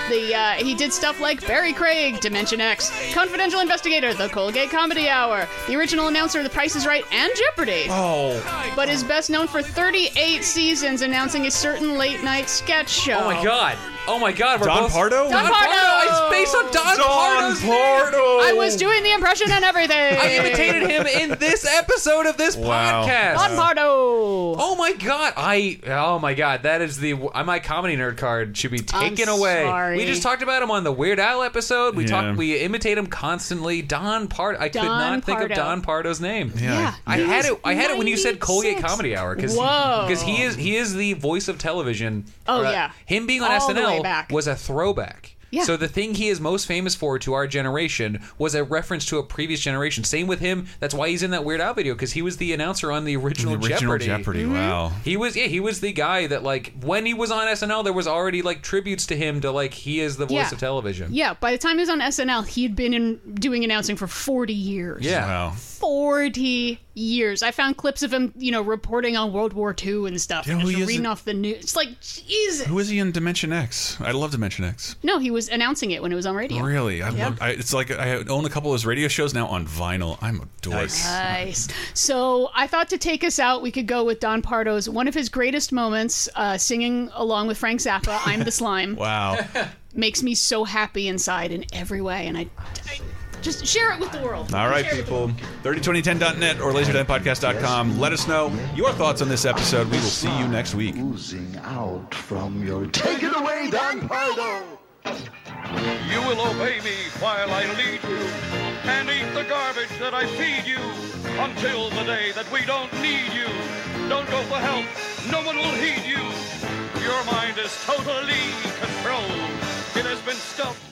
S4: the uh, he did stuff like Barry Craig, Dimension X, Confidential Investigator, The Colgate Comedy Hour, the original announcer of The Price is Right, and Jeopardy.
S1: Oh.
S4: But is best known for 38 seasons announcing a certain late night sketch show.
S3: Oh my god. Oh my god. We're
S1: Don
S3: both...
S1: Pardo?
S4: Don Pardo!
S3: It's based on Don, Pardo's name.
S4: I was doing the impression and everything.
S3: I imitated him in this episode of this
S4: Wow.
S3: podcast.
S4: Don Pardo. Oh
S3: my god! I oh my god! That is the my comedy nerd card should be
S4: I'm
S3: taken away.
S4: sorry.
S3: We just talked about him on the Weird Al episode. We
S1: Yeah.
S3: talked. We imitate him constantly. Don Pardo. I could
S4: Don
S3: not think
S4: Pardo.
S3: of Don Pardo's name.
S1: Yeah.
S3: I
S4: He
S3: had
S4: was
S3: it. I had it when you said Colgate
S4: 96.
S3: Comedy Hour because
S4: Whoa.
S3: because he is he is the voice of television.
S4: Oh,
S3: Or, uh,
S4: yeah.
S3: him being on
S4: All the way
S3: SNL
S4: back.
S3: was a throwback.
S4: Yeah.
S3: So the thing he is most famous for to our generation was a reference to a previous generation. Same with him. That's why he's in that Weird Al video because he was the announcer on the original,
S1: Original Jeopardy, wow.
S3: He was yeah, he was the guy that like when he was on SNL there was already like tributes to him to like he is the voice
S4: Yeah.
S3: of television.
S4: Yeah, by the time he was on SNL, he'd been in doing announcing for 40 years.
S3: Yeah.
S4: 40 years. I found clips of him, you know, reporting on World War II and stuff.
S1: Yeah,
S4: and
S1: who
S4: just
S1: he is
S4: reading
S1: in-
S4: off the news. It's like, Jesus.
S1: Who is he in Dimension X? I love Dimension X.
S4: No, he was announcing it when it was on radio.
S1: Really, I
S4: Yeah.
S1: love. I, it's like I own a couple of his radio shows now on vinyl. I'm a dork.
S4: Nice. So I thought to take us out, we could go with Don Pardo's one of his greatest moments, uh, singing along with Frank Zappa, "I'm the Slime."
S1: [laughs] Wow.
S4: Makes me so happy inside in every way, and I, I just share it with the world.
S1: All right,
S4: Share it with the
S1: people. 302010.net or laserdimepodcast.com. Let us know your thoughts on this episode. We will see you next week. Oozing out from your
S18: Take it away, Don Pardo!
S13: You will obey me while I lead you, and eat the garbage that I feed you
S5: Oh,
S13: until the day that we don't need you. Don't go for help,
S5: oh.
S13: no one will heed you. Your mind is totally controlled. It has been stuffed